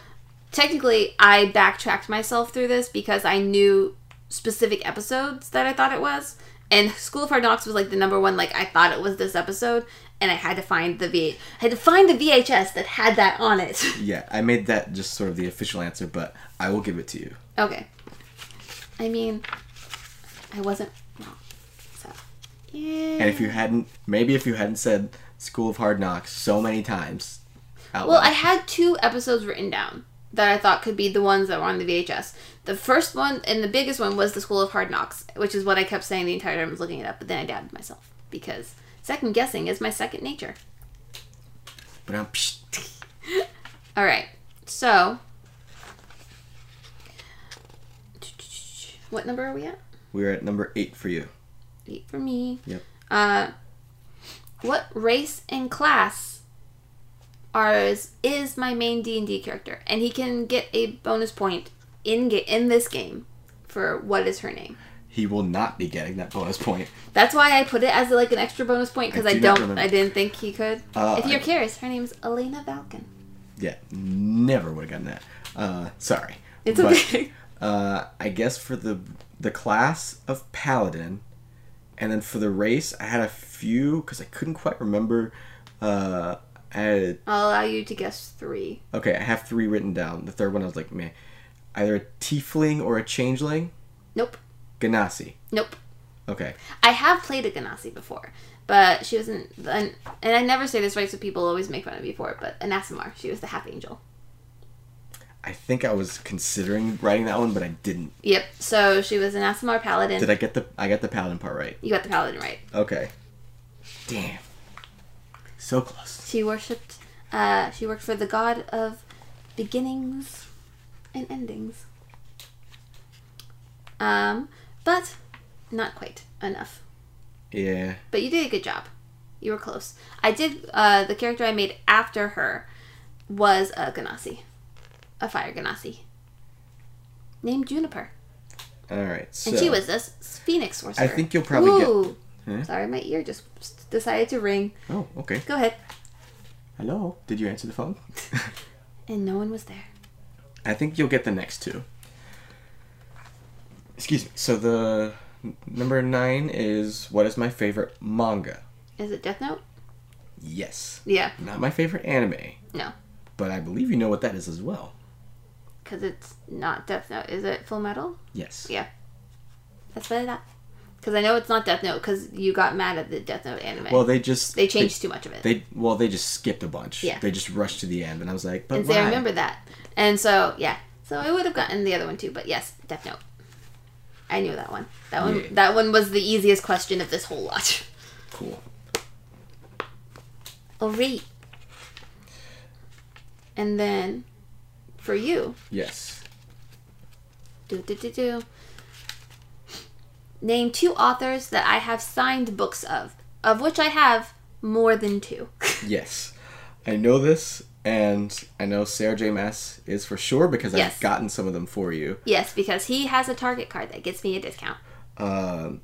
Speaker 1: technically, I backtracked myself through this because I knew specific episodes that I thought it was, and School of Hard Knocks was like the number one. Like I thought it was this episode, and I had to find the V. I had to find the VHS that had that on it.
Speaker 2: Yeah, I made that just sort of the official answer, but I will give it to you.
Speaker 1: okay. I mean, I wasn't wrong. So. Yeah.
Speaker 2: And if you hadn't, maybe if you hadn't said School of Hard Knocks so many times out
Speaker 1: Well,
Speaker 2: loud,
Speaker 1: I had two episodes written down that I thought could be the ones that were on the VHS. The first one and the biggest one was The School of Hard Knocks, which is what I kept saying the entire time I was looking it up, but then I doubted myself because second guessing is my second nature.
Speaker 2: but I'm, psh,
Speaker 1: All right. So what number are we at?
Speaker 2: we're at number eight for you.
Speaker 1: Eight for me.
Speaker 2: Yep.
Speaker 1: Uh what race and class are is, is my main D&D character and he can get a bonus point in ga- in this game for what is her name.
Speaker 2: He will not be getting that bonus point.
Speaker 1: That's why I put it as like an extra bonus point because
Speaker 2: I
Speaker 1: I,
Speaker 2: do not
Speaker 1: don't
Speaker 2: remember.
Speaker 1: I didn't think he could.
Speaker 2: Uh,
Speaker 1: if you're
Speaker 2: I-
Speaker 1: curious, her name's Elena Valken.
Speaker 2: Yeah, never would have gotten that. Uh, sorry.
Speaker 1: It's
Speaker 2: But,
Speaker 1: okay.
Speaker 2: Uh, I guess for the the class of paladin, and then for the race, I had a few because I couldn't quite remember. Uh, I had,
Speaker 1: I'll allow you to guess 3.
Speaker 2: okay, I have three written down. The third one, I was like, man, either a tiefling or a changeling.
Speaker 1: Nope.
Speaker 2: Ganassi.
Speaker 1: Nope.
Speaker 2: Okay.
Speaker 1: I have played a Ganassi before, but she wasn't. An, and I never say this right, so people always make fun of me for it. But Anasimar, she was the half angel.
Speaker 2: I think I was considering writing that one, but I didn't.
Speaker 1: Yep. So she was an Anasimar paladin.
Speaker 2: Did I get the I got the paladin part right?
Speaker 1: you got the paladin right.
Speaker 2: Okay. Damn. So close.
Speaker 1: She worshipped. Uh, she worked for the god of beginnings and endings. Um, but not quite enough.
Speaker 2: Yeah.
Speaker 1: But you did a good job. You were close. I did. Uh, the character I made after her was a Ganassi, a fire Ganassi, named Juniper,
Speaker 2: All right. So.
Speaker 1: and she was this phoenix sorcerer.
Speaker 2: I think you'll probably get- Hmm?
Speaker 1: Ooh.
Speaker 2: Huh?
Speaker 1: Sorry, my ear just decided to ring.
Speaker 2: Oh, okay.
Speaker 1: Go ahead.
Speaker 2: Hello. Did you answer the phone?
Speaker 1: And no one was there.
Speaker 2: I think you'll get the next two. Excuse me. So the n- number nine is what is my favorite manga?
Speaker 1: Is it Death Note?
Speaker 2: Yes.
Speaker 1: Yeah.
Speaker 2: Not my favorite anime,
Speaker 1: No,
Speaker 2: but I believe you know what that is as well.
Speaker 1: because it's not Death Note. Is it Full Metal?
Speaker 2: Yes.
Speaker 1: Yeah. That's what I thought. Because I know it's not Death Note. Because you got mad at the Death Note anime.
Speaker 2: Well, they just
Speaker 1: they changed too much of it.
Speaker 2: They well, they just skipped a bunch.
Speaker 1: Yeah.
Speaker 2: They just rushed to the end, and I was like, but
Speaker 1: And
Speaker 2: why?
Speaker 1: so I remember that. And so, yeah. So I would have gotten the other one too, but yes, Death Note. I knew that one. That one.
Speaker 2: Yeah.
Speaker 1: That one was the easiest question of this whole lot.
Speaker 2: Cool.
Speaker 1: All right. And then, for you,
Speaker 2: Yes.
Speaker 1: do do do do. Name two authors that I have signed books of, of which I have more than two.
Speaker 2: Yes. I know this, and I know Sarah J. Mass is for sure because
Speaker 1: Yes.
Speaker 2: I've gotten some of them for you.
Speaker 1: yes, because he has a Target card that gets me a discount.
Speaker 2: Um,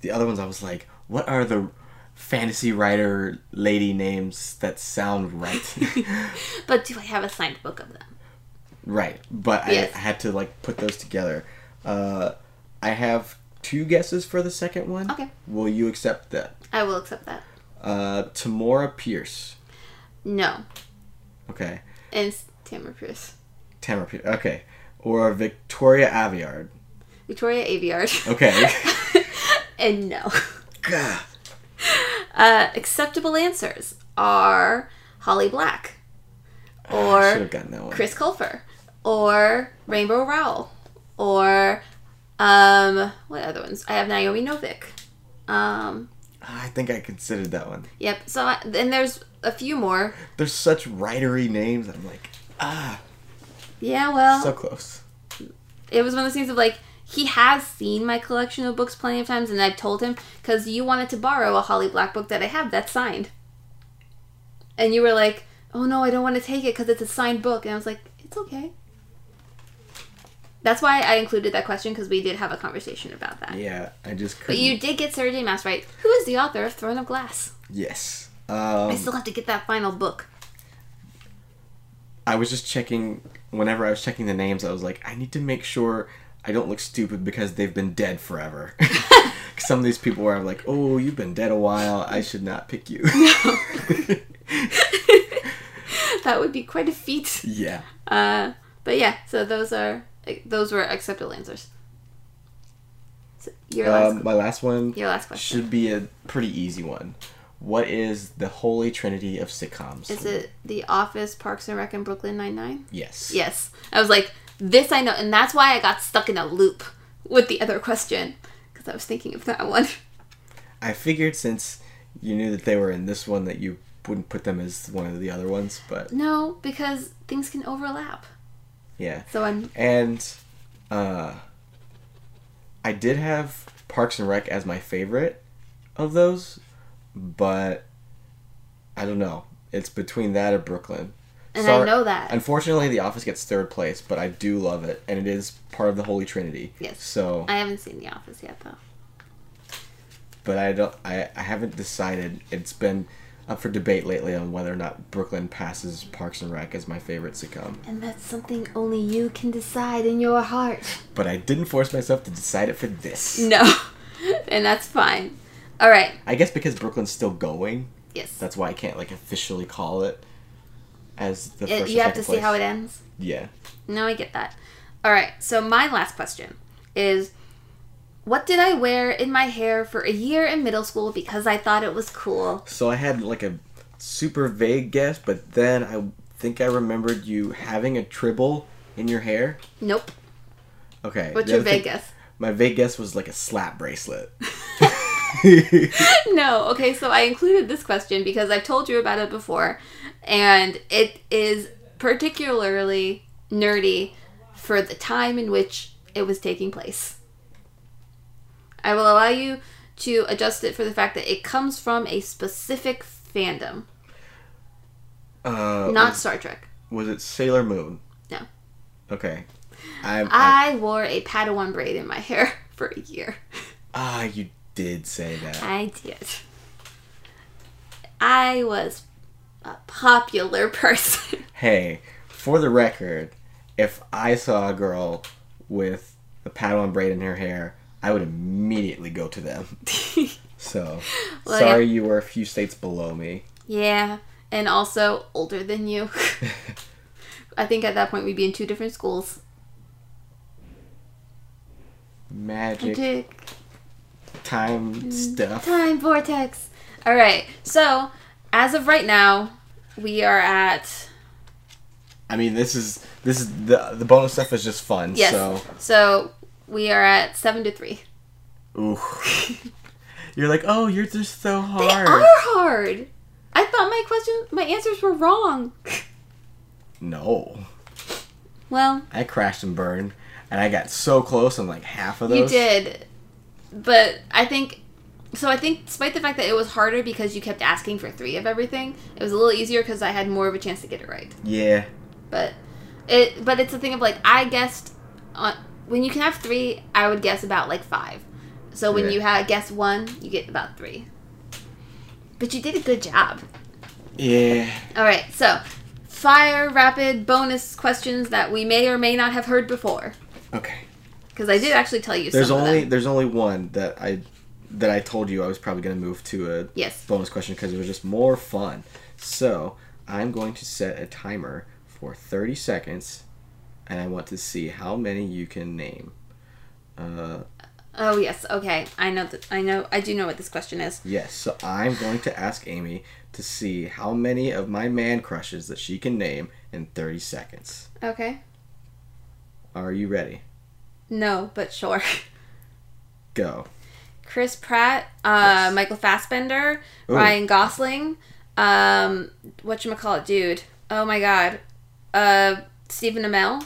Speaker 2: the other ones, I was like, what are the fantasy writer lady names that sound right?
Speaker 1: But do I have a signed book of them?
Speaker 2: right. But
Speaker 1: Yes.
Speaker 2: I, I had to like put those together. Uh, I have two guesses for the second one.
Speaker 1: Okay.
Speaker 2: Will you accept that?
Speaker 1: I will accept that.
Speaker 2: Uh, Tamora Pierce.
Speaker 1: No,
Speaker 2: Okay.
Speaker 1: and it's Tamara Pierce,
Speaker 2: Tamara Pierce. Okay. Or Victoria Aviard.
Speaker 1: Victoria Aveyard,
Speaker 2: Okay.
Speaker 1: and no.
Speaker 2: God.
Speaker 1: Uh, acceptable answers are Holly Black, or
Speaker 2: I should have gotten that one.
Speaker 1: Chris Colfer or Rainbow Rowell or um what other ones? I have Naomi Novik. Um
Speaker 2: Ah, I think I considered that one.
Speaker 1: yep. So I, and there's a few more.
Speaker 2: There's such writery names. I'm like, ah,
Speaker 1: Yeah, well,
Speaker 2: so close.
Speaker 1: it was one of those things of like he has seen my collection of books plenty of times and I've told him cuz you wanted to borrow a Holly Black book that I have that's signed. And you were like, "Oh no, I don't want to take it cuz it's a signed book." And I was like, "It's okay." That's why I included that question cuz we did have a conversation about that.
Speaker 2: Yeah, I just
Speaker 1: But
Speaker 2: couldn't.
Speaker 1: you did get Sarah J. Mass right. Who is the author of Throne of Glass?
Speaker 2: yes.
Speaker 1: I
Speaker 2: Um,
Speaker 1: still have to get that final book.
Speaker 2: I was just checking. Whenever I was checking the names, I was like, I need to make sure I don't look stupid because they've been dead forever. Some of these people where I'm like, oh, you've been dead a while. I should not pick you.
Speaker 1: That would be quite a feat.
Speaker 2: yeah.
Speaker 1: Uh, but yeah, so those are those were acceptable answers. So your last
Speaker 2: Um, my last one
Speaker 1: your last question
Speaker 2: should be a pretty easy one. What is the holy trinity of sitcoms?
Speaker 1: is it The Office, Parks and Rec, and Brooklyn Nine Nine?
Speaker 2: Yes.
Speaker 1: Yes, I was like this. I know, and that's why I got stuck in a loop with the other question because I was thinking of that one.
Speaker 2: I figured since you knew that they were in this one that you wouldn't put them as one of the other ones, but
Speaker 1: No, because things can overlap.
Speaker 2: yeah.
Speaker 1: So I'm
Speaker 2: And uh I did have Parks and Rec as my favorite of those, but I don't know. It's between that or Brooklyn.
Speaker 1: and I
Speaker 2: Sorry-
Speaker 1: know that.
Speaker 2: Unfortunately, The Office gets third place, but I do love it, and it is part of the Holy Trinity.
Speaker 1: Yes.
Speaker 2: So,
Speaker 1: I haven't seen The Office yet though.
Speaker 2: but I don't. I, I haven't decided. It's been up for debate lately on whether or not Brooklyn passes Parks and Rec as my favorite sitcom.
Speaker 1: And that's something only you can decide in your heart.
Speaker 2: But I didn't force myself to decide it for this.
Speaker 1: No. and that's fine. All right.
Speaker 2: I guess because Brooklyn's still going,
Speaker 1: Yes.
Speaker 2: that's why I can't like officially call it as the
Speaker 1: It-
Speaker 2: first.
Speaker 1: you have to see how it ends.
Speaker 2: Yeah.
Speaker 1: No, I get that. All right. So my last question is what did I wear in my hair for a year in middle school because I thought it was cool?
Speaker 2: So I had like a super vague guess, but then I think I remembered you having a tribble in your hair.
Speaker 1: Nope.
Speaker 2: Okay.
Speaker 1: What's
Speaker 2: the
Speaker 1: your
Speaker 2: other thing-
Speaker 1: vague guess?
Speaker 2: My vague guess was like a slap bracelet.
Speaker 1: no. Okay, so I included this question because I've told you about it before, and it is particularly nerdy for the time in which it was taking place. I will allow you to adjust it for the fact that it comes from a specific fandom,
Speaker 2: Uh,
Speaker 1: not Star Trek.
Speaker 2: was, was it Sailor Moon?
Speaker 1: No.
Speaker 2: Okay. I, I
Speaker 1: I wore a Padawan braid in my hair for a year.
Speaker 2: ah, you did say that.
Speaker 1: I did. I was a popular person.
Speaker 2: Hey, for the record, if I saw a girl with a Padawan braid in her hair, I would immediately go to them. So,
Speaker 1: Well,
Speaker 2: sorry you were a few states below me.
Speaker 1: Yeah, and also older than you. I think at that point we'd be in two different schools.
Speaker 2: Magic
Speaker 1: Magic
Speaker 2: time
Speaker 1: Mm,
Speaker 2: stuff.
Speaker 1: time vortex. All right. So, as of right now, we are at
Speaker 2: I mean, this is this is the the bonus stuff is just fun.
Speaker 1: yes.
Speaker 2: So
Speaker 1: So, We are at seven to three.
Speaker 2: Ooh. you're like, oh, you're just so
Speaker 1: They
Speaker 2: hard.
Speaker 1: are hard. I thought my questions, my answers were wrong.
Speaker 2: No.
Speaker 1: Well,
Speaker 2: I crashed and burned, and I got so close on like half of those.
Speaker 1: you did, but I think so. I think despite the fact that it was harder because you kept asking for three of everything, it was a little easier because I had more of a chance to get it right.
Speaker 2: Yeah.
Speaker 1: But it, but it's a thing of like I guessed on when you can have three, I would guess about like five. So when
Speaker 2: Yeah.
Speaker 1: you had guess one, you get about three. But you did a good job.
Speaker 2: Yeah.
Speaker 1: All right, so fire rapid bonus questions that we may or may not have heard before.
Speaker 2: Okay.
Speaker 1: Because I did actually tell you.
Speaker 2: There's
Speaker 1: some
Speaker 2: only
Speaker 1: Of them.
Speaker 2: there's only one that I that I told you I was probably gonna move to a
Speaker 1: Yes.
Speaker 2: bonus question because it was just more fun. So I'm going to set a timer for 30 seconds, and I want to see how many you can name. Uh,
Speaker 1: Oh yes. Okay. I know that. I know. I do know what this question is.
Speaker 2: yes. So I'm going to ask Amy to see how many of my man crushes that she can name in 30 seconds.
Speaker 1: Okay.
Speaker 2: Are you ready?
Speaker 1: No, but sure.
Speaker 2: Go.
Speaker 1: Chris Pratt, uh,
Speaker 2: Yes.
Speaker 1: Michael Fassbender,
Speaker 2: Ooh.
Speaker 1: Ryan Gosling, um, what you call it, dude? Oh my god, uh, Stephen Amell.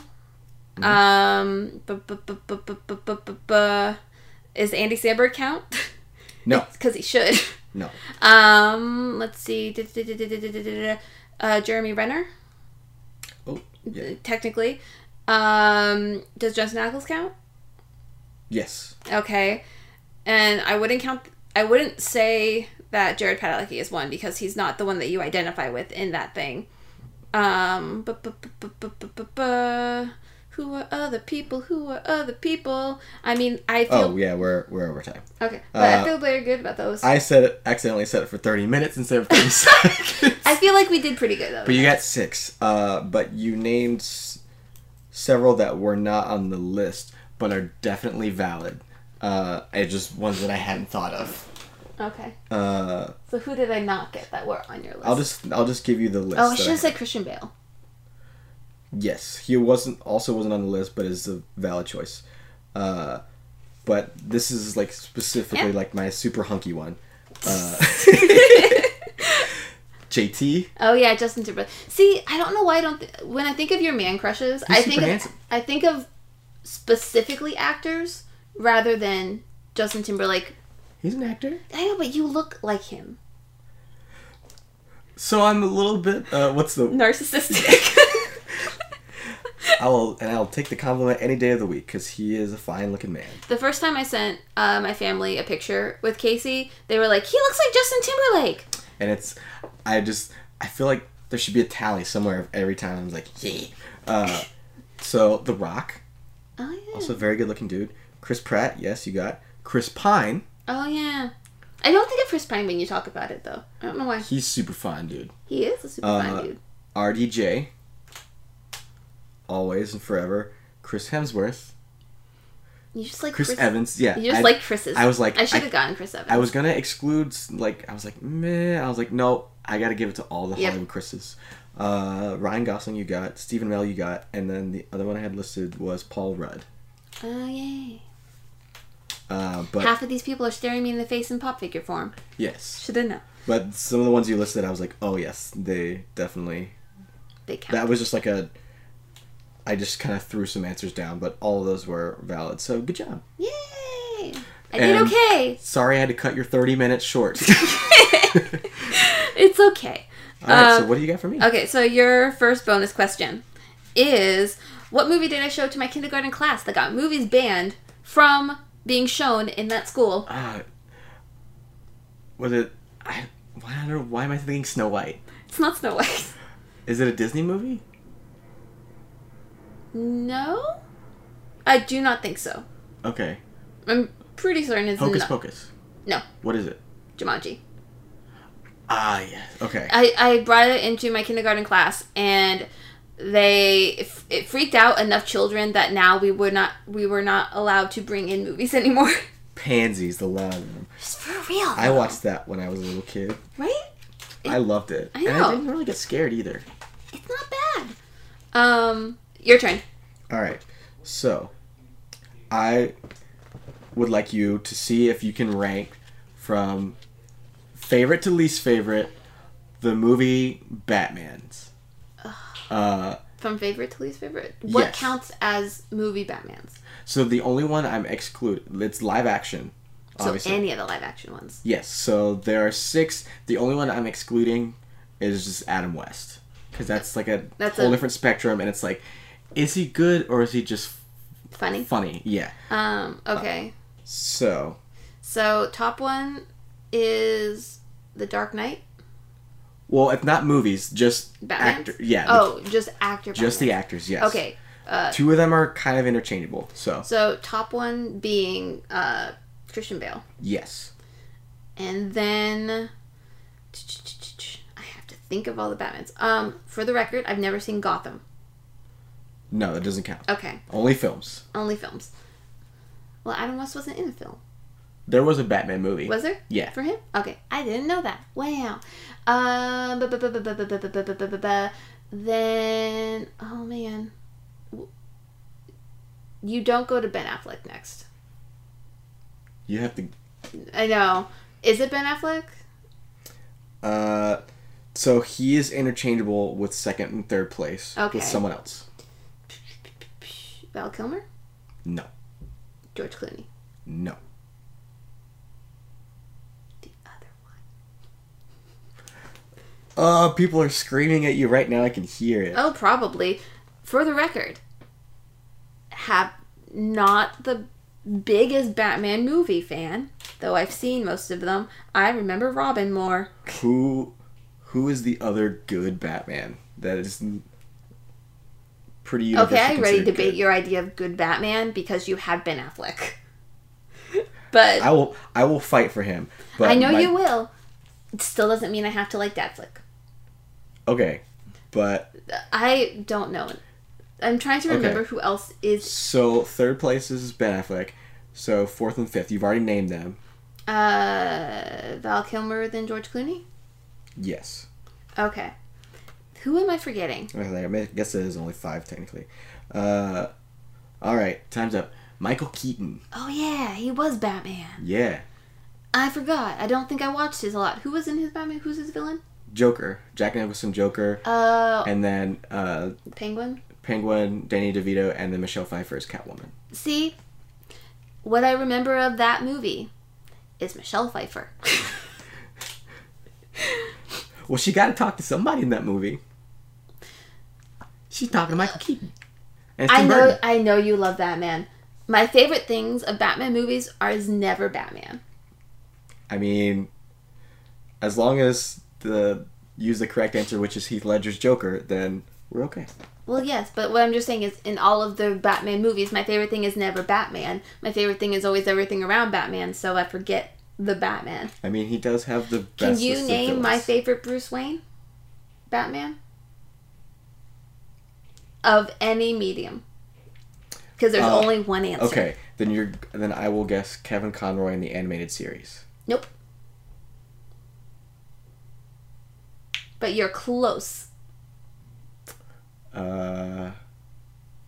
Speaker 1: Um, bu- bu- bu- bu- bu- bu- bu- bu- bu- is Andy Samberg count?
Speaker 2: No.
Speaker 1: Because he should.
Speaker 2: No.
Speaker 1: Um, let's see, uh, Jeremy Renner,
Speaker 2: Oh. Yeah.
Speaker 1: technically. Um, does Justin Ackles count?
Speaker 2: Yes.
Speaker 1: Okay. And I wouldn't count I wouldn't say that Jared Padalecki is one because he's not the one that you identify with in that thing. Um bu- bu- bu- bu- bu- bu- bu- bu- who are other people? Who are other people? I mean, I
Speaker 2: Oh
Speaker 1: feel
Speaker 2: yeah, we're we're over time.
Speaker 1: okay, but I
Speaker 2: uh,
Speaker 1: feel very good about those. I,
Speaker 2: I said it, accidentally said it for 30 minutes instead of 30 seconds.
Speaker 1: feel like we did pretty good though.
Speaker 2: But you got six. Uh, but you named s- several that were not on the list, but are definitely valid. Uh, I just ones that I hadn't thought of.
Speaker 1: okay,
Speaker 2: Uh,
Speaker 1: so who did I not get that were on your list?
Speaker 2: I'll just I'll just give you the list.
Speaker 1: oh, I
Speaker 2: that
Speaker 1: should
Speaker 2: I-
Speaker 1: have said Christian Bale.
Speaker 2: Yes, he wasn't also wasn't on the list, but is a valid choice. Uh, but this is like specifically
Speaker 1: Yeah.
Speaker 2: like my super hunky one. Uh, JT,
Speaker 1: Oh yeah, Justin Timberlake. See, I don't know why I don't. Th- when I think of your man crushes, I
Speaker 2: super
Speaker 1: think of,
Speaker 2: handsome.
Speaker 1: I think of specifically actors rather than Justin Timberlake.
Speaker 2: he's an actor.
Speaker 1: I know, but you look like him.
Speaker 2: So I'm a little bit. Uh, what's the
Speaker 1: Narcissistic.
Speaker 2: I'll and I'll take the compliment any day of the week because he is a fine looking man.
Speaker 1: the first time I sent uh, my family a picture with Casey, they were like, "He looks like Justin Timberlake."
Speaker 2: And it's, I just I feel like there should be a tally somewhere of every time I'm like yeah. Uh, so The Rock,
Speaker 1: Oh yeah.
Speaker 2: also a very good looking dude. Chris Pratt, yes, you got Chris Pine.
Speaker 1: Oh yeah. I don't think of Chris Pine when you talk about it though. I don't know why.
Speaker 2: He's super fine, dude.
Speaker 1: He is a super
Speaker 2: Uh,
Speaker 1: fine dude.
Speaker 2: RDJ, always and forever. Chris Hemsworth,
Speaker 1: You just like
Speaker 2: Chris,
Speaker 1: Chris.
Speaker 2: Evans, yeah.
Speaker 1: You just
Speaker 2: I-
Speaker 1: like Chris's.
Speaker 2: I was like,
Speaker 1: I should
Speaker 2: I-
Speaker 1: have gotten Chris Evans.
Speaker 2: I was gonna exclude like I was like meh. I was like no, I gotta give it to all the
Speaker 1: Yep.
Speaker 2: Hollywood Chris's. Uh, Ryan Gosling you got, Stephen Amell you got, and then the other one I had listed was Paul Rudd.
Speaker 1: Oh yeah.
Speaker 2: Uh, but
Speaker 1: Half of these people are staring me in the face in pop figure form.
Speaker 2: yes,
Speaker 1: Should I know?
Speaker 2: but some of the ones you listed, I was like oh yes, they definitely.
Speaker 1: They count.
Speaker 2: That was just like a. I just kind of threw some answers down, but all of those were valid. So good job.
Speaker 1: Yay! I did
Speaker 2: And-
Speaker 1: okay.
Speaker 2: Sorry I had to cut your thirty minutes short.
Speaker 1: It's okay.
Speaker 2: all right, so
Speaker 1: Um,
Speaker 2: what do you got for me?
Speaker 1: Okay, so your first bonus question is what movie did I show to my kindergarten class that got movies banned from being shown in that school?
Speaker 2: Uh, was it? I, why, I don't, why am I thinking Snow White?
Speaker 1: It's not Snow White.
Speaker 2: Is it a Disney movie?
Speaker 1: No? I do not think so.
Speaker 2: Okay.
Speaker 1: I'm pretty certain it's
Speaker 2: Hocus
Speaker 1: not.
Speaker 2: Pocus.
Speaker 1: No,
Speaker 2: What is it?
Speaker 1: Jumanji.
Speaker 2: Ah, yes. Okay.
Speaker 1: I, I brought it into my kindergarten class and they it, it freaked out enough children that now we would not we were not allowed to bring in movies anymore
Speaker 2: Pansies, the loud room.
Speaker 1: just for real
Speaker 2: I watched that when I was a little kid.
Speaker 1: right
Speaker 2: I loved it.
Speaker 1: I
Speaker 2: And
Speaker 1: know.
Speaker 2: I didn't really get scared either.
Speaker 1: it's not bad um your turn
Speaker 2: All right. So, I would like you to see if you can rank from favorite to least favorite the movie Batman's. Uh,
Speaker 1: From favorite to least favorite. What
Speaker 2: Yes.
Speaker 1: counts as movie Batman's?
Speaker 2: so the only one I'm excluded, it's live action.
Speaker 1: So
Speaker 2: Obviously.
Speaker 1: any of the live action ones.
Speaker 2: Yes, so there are six. The only one I'm excluding is just Adam West. Because that's like a
Speaker 1: That's
Speaker 2: whole
Speaker 1: a-
Speaker 2: different spectrum, and it's like, is he good or is he just
Speaker 1: Funny.
Speaker 2: funny? Yeah.
Speaker 1: Um,
Speaker 2: Uh,
Speaker 1: okay.
Speaker 2: So,
Speaker 1: So top one is The Dark Knight.
Speaker 2: well, if not movies, just
Speaker 1: Batman's?
Speaker 2: actor. Yeah. the-
Speaker 1: Oh, just actor.
Speaker 2: Just the
Speaker 1: Batmans.
Speaker 2: actors, yes.
Speaker 1: Okay. Uh,
Speaker 2: Two of them are kind of interchangeable, so
Speaker 1: so top one being uh, Christian Bale,
Speaker 2: yes.
Speaker 1: and then I have to think of all the Batmans. Um, for the record, I've never seen Gotham.
Speaker 2: No, that doesn't count.
Speaker 1: Okay,
Speaker 2: Only films.
Speaker 1: only films. Well, Adam West wasn't in the film,
Speaker 2: There was a Batman movie.
Speaker 1: was there?
Speaker 2: Yeah.
Speaker 1: For him? Okay, I didn't know that. Wow. Um, bu- bu- bu- bu- bu- bu- bu- bu- bu- bu- bu- bu- bu- Then, oh man, W- you don't go to Ben Affleck next.
Speaker 2: You have to.
Speaker 1: I know. Is it Ben Affleck?
Speaker 2: Uh, so he is interchangeable with second and third place
Speaker 1: Okay.
Speaker 2: with someone else.
Speaker 1: Val Kilmer?
Speaker 2: No,
Speaker 1: George Clooney.
Speaker 2: no.
Speaker 1: The other one.
Speaker 2: Uh, people are screaming at you right now. I can hear it.
Speaker 1: Oh, probably. For the record, have not the biggest Batman movie fan, though I've seen most of them. I remember Robin more.
Speaker 2: Who, who is the other good Batman? That is n- pretty.
Speaker 1: Okay,
Speaker 2: Universally
Speaker 1: I already
Speaker 2: considered
Speaker 1: debate
Speaker 2: good.
Speaker 1: your idea of good Batman because you had Ben Affleck. but
Speaker 2: I
Speaker 1: I,
Speaker 2: will. I will fight for him. But
Speaker 1: know
Speaker 2: my-
Speaker 1: you will. It still doesn't mean I have to like that flick.
Speaker 2: Okay, but
Speaker 1: I don't know. I'm trying to remember who else is
Speaker 2: So third place is Ben Affleck. So fourth and fifth, you've already named them.
Speaker 1: Uh, Val Kilmer than George Clooney.
Speaker 2: Yes.
Speaker 1: Okay, who am I forgetting?
Speaker 2: I guess it is only five technically. Uh, all right, time's up. Michael Keaton.
Speaker 1: Oh yeah, he was Batman.
Speaker 2: Yeah.
Speaker 1: I forgot. I don't think I watched his a lot. Who was in his Batman? Who's his villain?
Speaker 2: Joker. Jack Nicholson Joker.
Speaker 1: Uh,
Speaker 2: And then uh,
Speaker 1: Penguin.
Speaker 2: Penguin, Danny DeVito, and then Michelle Pfeiffer as Catwoman.
Speaker 1: See, what I remember of that movie is Michelle Pfeiffer.
Speaker 2: Well, she got to talk to somebody in that movie. She's talking to Michael Keaton. And it's
Speaker 1: I
Speaker 2: Tim
Speaker 1: know.
Speaker 2: Burton.
Speaker 1: I know you love Batman. My favorite things of Batman movies are is never Batman.
Speaker 2: I mean, as long as the use the correct answer, which is Heath Ledger's Joker, then we're okay.
Speaker 1: Well, yes, but what I'm just saying is, in all of the Batman movies, my favorite thing is never Batman. My favorite thing is always everything around Batman, so I forget the Batman.
Speaker 2: I mean, he does have the best.
Speaker 1: Can you
Speaker 2: list of
Speaker 1: name my
Speaker 2: villains.
Speaker 1: favorite Bruce Wayne? Batman? Of any medium. Because there's
Speaker 2: Uh,
Speaker 1: only one answer.
Speaker 2: Okay, then you're then I will guess Kevin Conroy in the animated series.
Speaker 1: Nope. But you're close.
Speaker 2: Uh,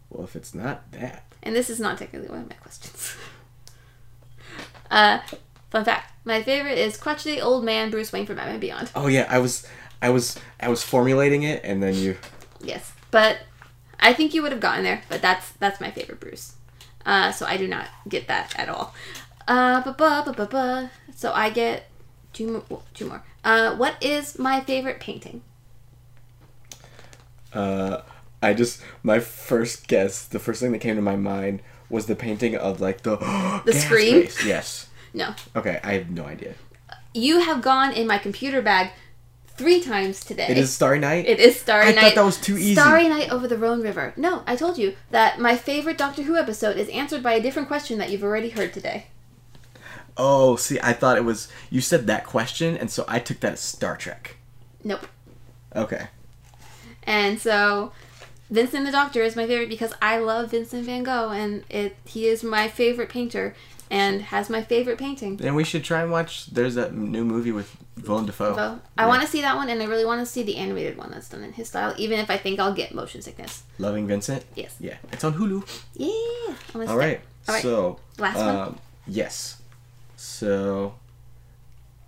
Speaker 2: well, if it's not that,
Speaker 1: And this is not technically one of my questions. uh, fun fact: my favorite is crotchety old man Bruce Wayne from Batman Beyond.
Speaker 2: oh yeah, I was, I was, I was formulating it, and then you.
Speaker 1: Yes, but I think you would have gotten there. But that's that's my favorite Bruce. Uh, so I do not get that at all. Uh, ba ba ba ba ba. So I get two more. two more. Uh, what is my favorite painting?
Speaker 2: Uh, I just my first guess, the first thing that came to my mind was the painting of like the
Speaker 1: The
Speaker 2: gas
Speaker 1: scream?
Speaker 2: face. Yes.
Speaker 1: No,
Speaker 2: Okay, I have no idea.
Speaker 1: you have gone in my computer bag three times today.
Speaker 2: It is Starry Night.
Speaker 1: It is Starry
Speaker 2: I
Speaker 1: Night.
Speaker 2: thought that was too easy.
Speaker 1: Starry Night over the Rhone River. No, I told you that my favorite Doctor Who episode is answered by a different question that you've already heard today.
Speaker 2: Oh, see, I thought it was you said that question, and so I took that as Star Trek.
Speaker 1: Nope.
Speaker 2: Okay.
Speaker 1: And so, Vincent the Doctor is my favorite because I love Vincent Van Gogh, and it he is my favorite painter and has my favorite painting.
Speaker 2: Then we should try and watch. There's that new movie with Willem Dafoe.
Speaker 1: So I want to see that one, and I really want to see the animated one that's done in his style, even if I think I'll get motion sickness.
Speaker 2: Loving Vincent.
Speaker 1: Yes.
Speaker 2: Yeah, it's on Hulu.
Speaker 1: Yeah. I'm gonna
Speaker 2: All
Speaker 1: step-
Speaker 2: right.
Speaker 1: All right.
Speaker 2: So
Speaker 1: Last one?
Speaker 2: um, Yes. So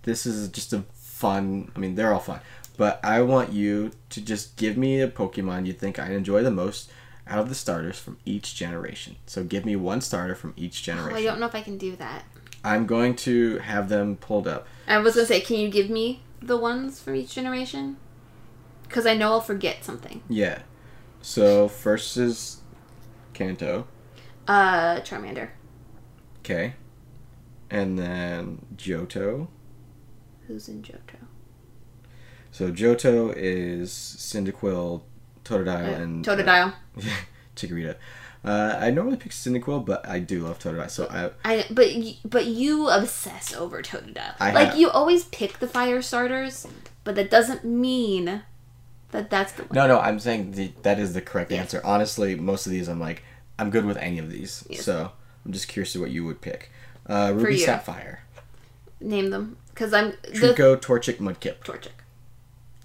Speaker 2: this is just a fun. I mean, they're all fun, but I want you to just give me a Pokemon you think I enjoy the most out of the starters from each generation. So give me one starter from each
Speaker 1: Oh,
Speaker 2: generation.
Speaker 1: I don't know if I can do that.
Speaker 2: I'm going to have them pulled up.
Speaker 1: I was gonna say, can you give me the ones from each generation? Because I know I'll forget something.
Speaker 2: Yeah. So first is Kanto.
Speaker 1: Uh, Charmander.
Speaker 2: Okay. And then Johto.
Speaker 1: Who's in Johto?
Speaker 2: So Johto is Cyndaquil, Totodile, and
Speaker 1: Oh,
Speaker 2: uh,
Speaker 1: Totodile.
Speaker 2: Chikorita. Uh, I normally pick Cyndaquil, but I do love Totodile. So I
Speaker 1: I but y- but you obsess over Totodile.
Speaker 2: I
Speaker 1: like
Speaker 2: have.
Speaker 1: you always pick the fire starters, but that doesn't mean that that's the one.
Speaker 2: no no I'm saying the, that is the correct
Speaker 1: Yes.
Speaker 2: answer. Honestly, most of these I'm like I'm good with any of these.
Speaker 1: Yes.
Speaker 2: So I'm just curious to what you would pick. Uh, Ruby
Speaker 1: you.
Speaker 2: Sapphire,
Speaker 1: Name them because I'm the
Speaker 2: Trico, Torchic, Mudkip.
Speaker 1: Torchic.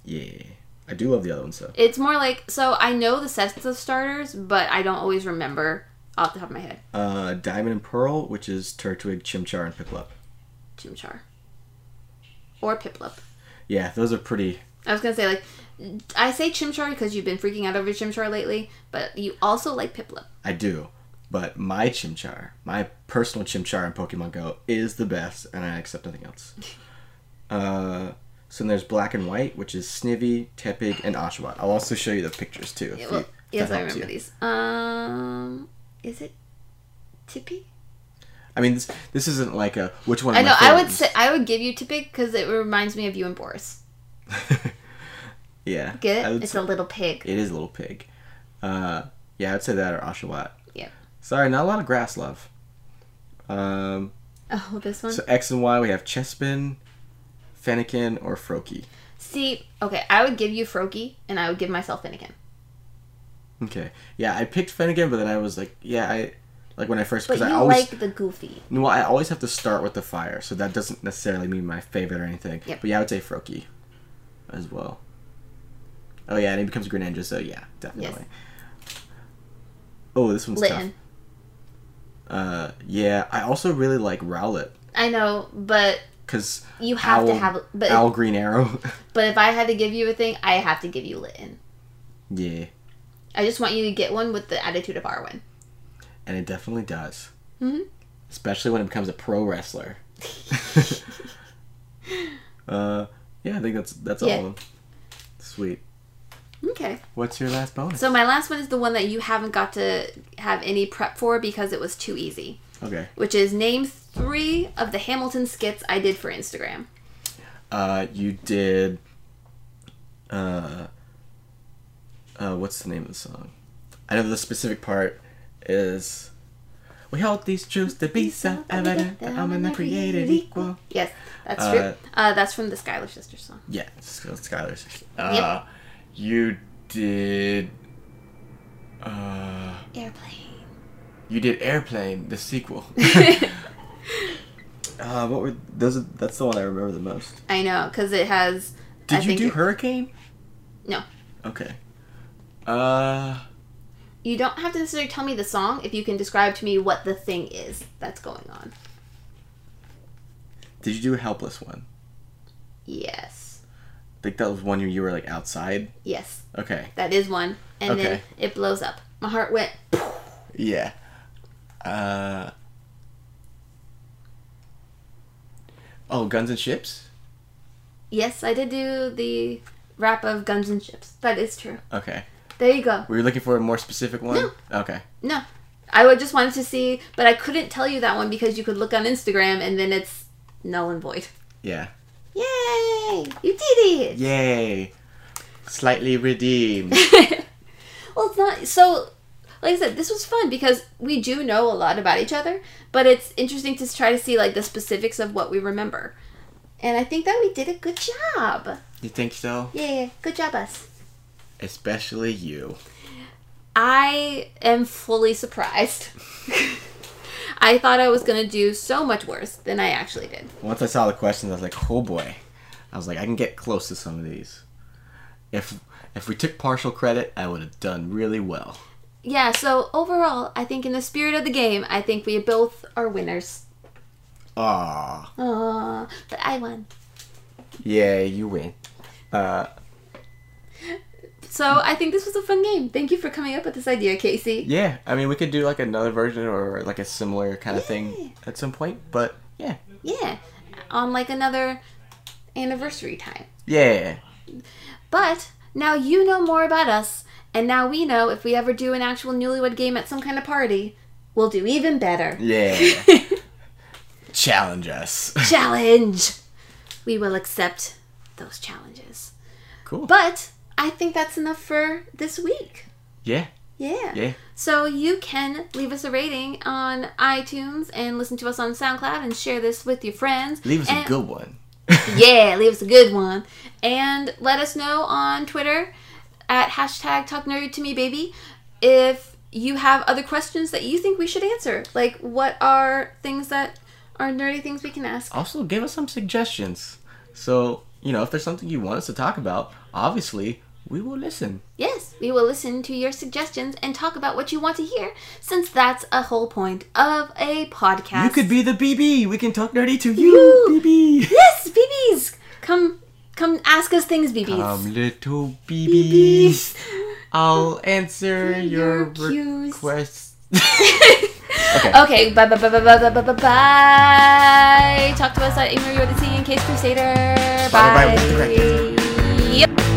Speaker 2: Yeah, I do love the other ones though.
Speaker 1: It's more like so I know the sets of starters, but I don't always remember off the top of my head.
Speaker 2: Uh, Diamond and Pearl, which is Turtwig, Chimchar, and Piplup.
Speaker 1: Chimchar or Piplup.
Speaker 2: Yeah, those are pretty.
Speaker 1: I was gonna say like I say Chimchar because you've been freaking out over Chimchar lately, but you also like Piplup.
Speaker 2: I do. But my Chimchar, my personal Chimchar in Pokemon Go, is the best, and I accept nothing else. Uh, so then there's Black and White, which is Snivy, Tepig, and Oshawott. I'll also show you the pictures too. if
Speaker 1: Yeah,
Speaker 2: you-
Speaker 1: well,
Speaker 2: if that
Speaker 1: yes, I
Speaker 2: helps
Speaker 1: remember
Speaker 2: you.
Speaker 1: these. Um, is it Tippy?
Speaker 2: I mean, this, this isn't like a which one.
Speaker 1: I
Speaker 2: of my
Speaker 1: know. I would
Speaker 2: favorites.
Speaker 1: say I would give you Tippy because it reminds me of you and Boris.
Speaker 2: yeah.
Speaker 1: Get
Speaker 2: I
Speaker 1: it?
Speaker 2: would
Speaker 1: It's
Speaker 2: say-
Speaker 1: a little pig.
Speaker 2: it is a little pig. Uh, yeah, I'd say that or Oshawott.
Speaker 1: Yeah.
Speaker 2: Sorry, not a lot of grass love. Um,
Speaker 1: Oh, this one.
Speaker 2: So X and Y, we have Chespin, Fennekin, or Froakie.
Speaker 1: See, okay, I would give you Froakie, and I would give myself Finnegan.
Speaker 2: Okay, yeah, I picked Fennekin, but then I was like, yeah, I like when I first
Speaker 1: But
Speaker 2: because
Speaker 1: you
Speaker 2: I always
Speaker 1: like the goofy.
Speaker 2: well, I always have to start with the fire, so that doesn't necessarily mean my favorite or anything.
Speaker 1: Yep.
Speaker 2: But yeah, I would say Froakie as well. Oh yeah, and he becomes Greninja, so yeah, definitely. Oh, this one's
Speaker 1: Litten.
Speaker 2: tough. Uh, yeah, I also really like Rowlet
Speaker 1: I know, but
Speaker 2: because
Speaker 1: you have to have. But
Speaker 2: Owl Green Arrow.
Speaker 1: but if I had to give you a thing, I have to give you Litten.
Speaker 2: yeah,
Speaker 1: I just want you to get one with the attitude of Arwen.
Speaker 2: and it definitely does.
Speaker 1: Mhm.
Speaker 2: Especially when it becomes a pro wrestler. uh, yeah, I think that's that's
Speaker 1: Yeah.
Speaker 2: all. of them. Sweet.
Speaker 1: Okay.
Speaker 2: What's your last bonus?
Speaker 1: So my last one is the one that you haven't got to have any prep for because it was too easy,
Speaker 2: okay.
Speaker 1: which is name three of the Hamilton skits I did for Instagram.
Speaker 2: Uh, you did. Uh, uh, what's the name of the song? I know the specific part is. We hold these truths to be so evident that all men are created equal.
Speaker 1: Yes, that's
Speaker 2: Uh,
Speaker 1: true. Uh, that's from the Skylar Sisters song.
Speaker 2: Yeah, Sky- Skylar's. Uh, You did. Uh,
Speaker 1: Airplane.
Speaker 2: you did Airplane, the sequel. uh, what were those? Are, that's the one I remember the most.
Speaker 1: I know, because it has.
Speaker 2: Did
Speaker 1: I
Speaker 2: you
Speaker 1: think
Speaker 2: do
Speaker 1: it-
Speaker 2: Hurricane?
Speaker 1: No.
Speaker 2: Okay. Uh,
Speaker 1: You don't have to necessarily tell me the song if you can describe to me what the thing is that's going on.
Speaker 2: did you do a Helpless one?
Speaker 1: Yes.
Speaker 2: I think that was one year you were like outside.
Speaker 1: Yes.
Speaker 2: Okay.
Speaker 1: That is one. And then
Speaker 2: Okay.
Speaker 1: it blows up. My heart went.
Speaker 2: Yeah. Uh. Oh, Guns and Ships.
Speaker 1: Yes, I did do the wrap of Guns and Ships. That is true.
Speaker 2: Okay.
Speaker 1: There you go.
Speaker 2: Were you looking for a more specific one?
Speaker 1: No.
Speaker 2: Okay.
Speaker 1: No, I would just wanted to see, but I couldn't tell you that one because you could look on Instagram and then it's null and void.
Speaker 2: Yeah.
Speaker 1: Yay! You did it.
Speaker 2: Yay! Slightly redeemed.
Speaker 1: well, it's not so. Like I said, this was fun because we do know a lot about each other, but it's interesting to try to see like the specifics of what we remember. And I think that we did a good job.
Speaker 2: you think so?
Speaker 1: Yeah, good job us.
Speaker 2: Especially you.
Speaker 1: I am fully surprised. I thought I was gonna do so much worse than I actually did.
Speaker 2: Once I saw the questions, I was like, oh boy. I was like, I can get close to some of these. If if we took partial credit, I would have done really well.
Speaker 1: yeah, so overall, I think in the spirit of the game, I think we both are winners.
Speaker 2: Aw.
Speaker 1: Aww, but I won.
Speaker 2: Yeah, you win. Uh,
Speaker 1: So I think this was a fun game. Thank you for coming up with this idea, Casey.
Speaker 2: yeah, I mean, we could do like another version or like a similar kind of
Speaker 1: Yeah.
Speaker 2: thing at some point, but yeah.
Speaker 1: Yeah, on like another anniversary time.
Speaker 2: Yeah.
Speaker 1: But now you know more about us, and now we know if we ever do an actual newlywed game at some kind of party, we'll do even better.
Speaker 2: Yeah. Challenge us.
Speaker 1: Challenge! We will accept those challenges.
Speaker 2: Cool.
Speaker 1: But I think that's enough for this week.
Speaker 2: yeah.
Speaker 1: Yeah.
Speaker 2: Yeah.
Speaker 1: So you can leave us a rating on iTunes and listen to us on SoundCloud and share this with your friends.
Speaker 2: Leave us
Speaker 1: And-
Speaker 2: a good one.
Speaker 1: yeah, leave us a good one. And let us know on Twitter at hashtag talk nerdy to me baby if you have other questions that you think we should answer. Like what are things that are nerdy things we can ask?
Speaker 2: also give us some suggestions. So, you know, if there's something you want us to talk about, obviously we will listen.
Speaker 1: Yes, we will listen to your suggestions and talk about what you want to hear, since that's a whole point of a podcast.
Speaker 2: You could be the BB. We can talk nerdy to you,
Speaker 1: You.
Speaker 2: BB.
Speaker 1: Yes, BBs! Come come ask us things, BBs.
Speaker 2: Um, little
Speaker 1: BBs.
Speaker 2: BBs. I'll answer your
Speaker 1: Your cues.
Speaker 2: requests.
Speaker 1: Okay, bye bye bye bye bye bye bye bye bye. Talk to us at Email You're the Sea in Case Crusader.
Speaker 2: Bye, bye,
Speaker 1: Bye.
Speaker 2: with the
Speaker 1: Yep.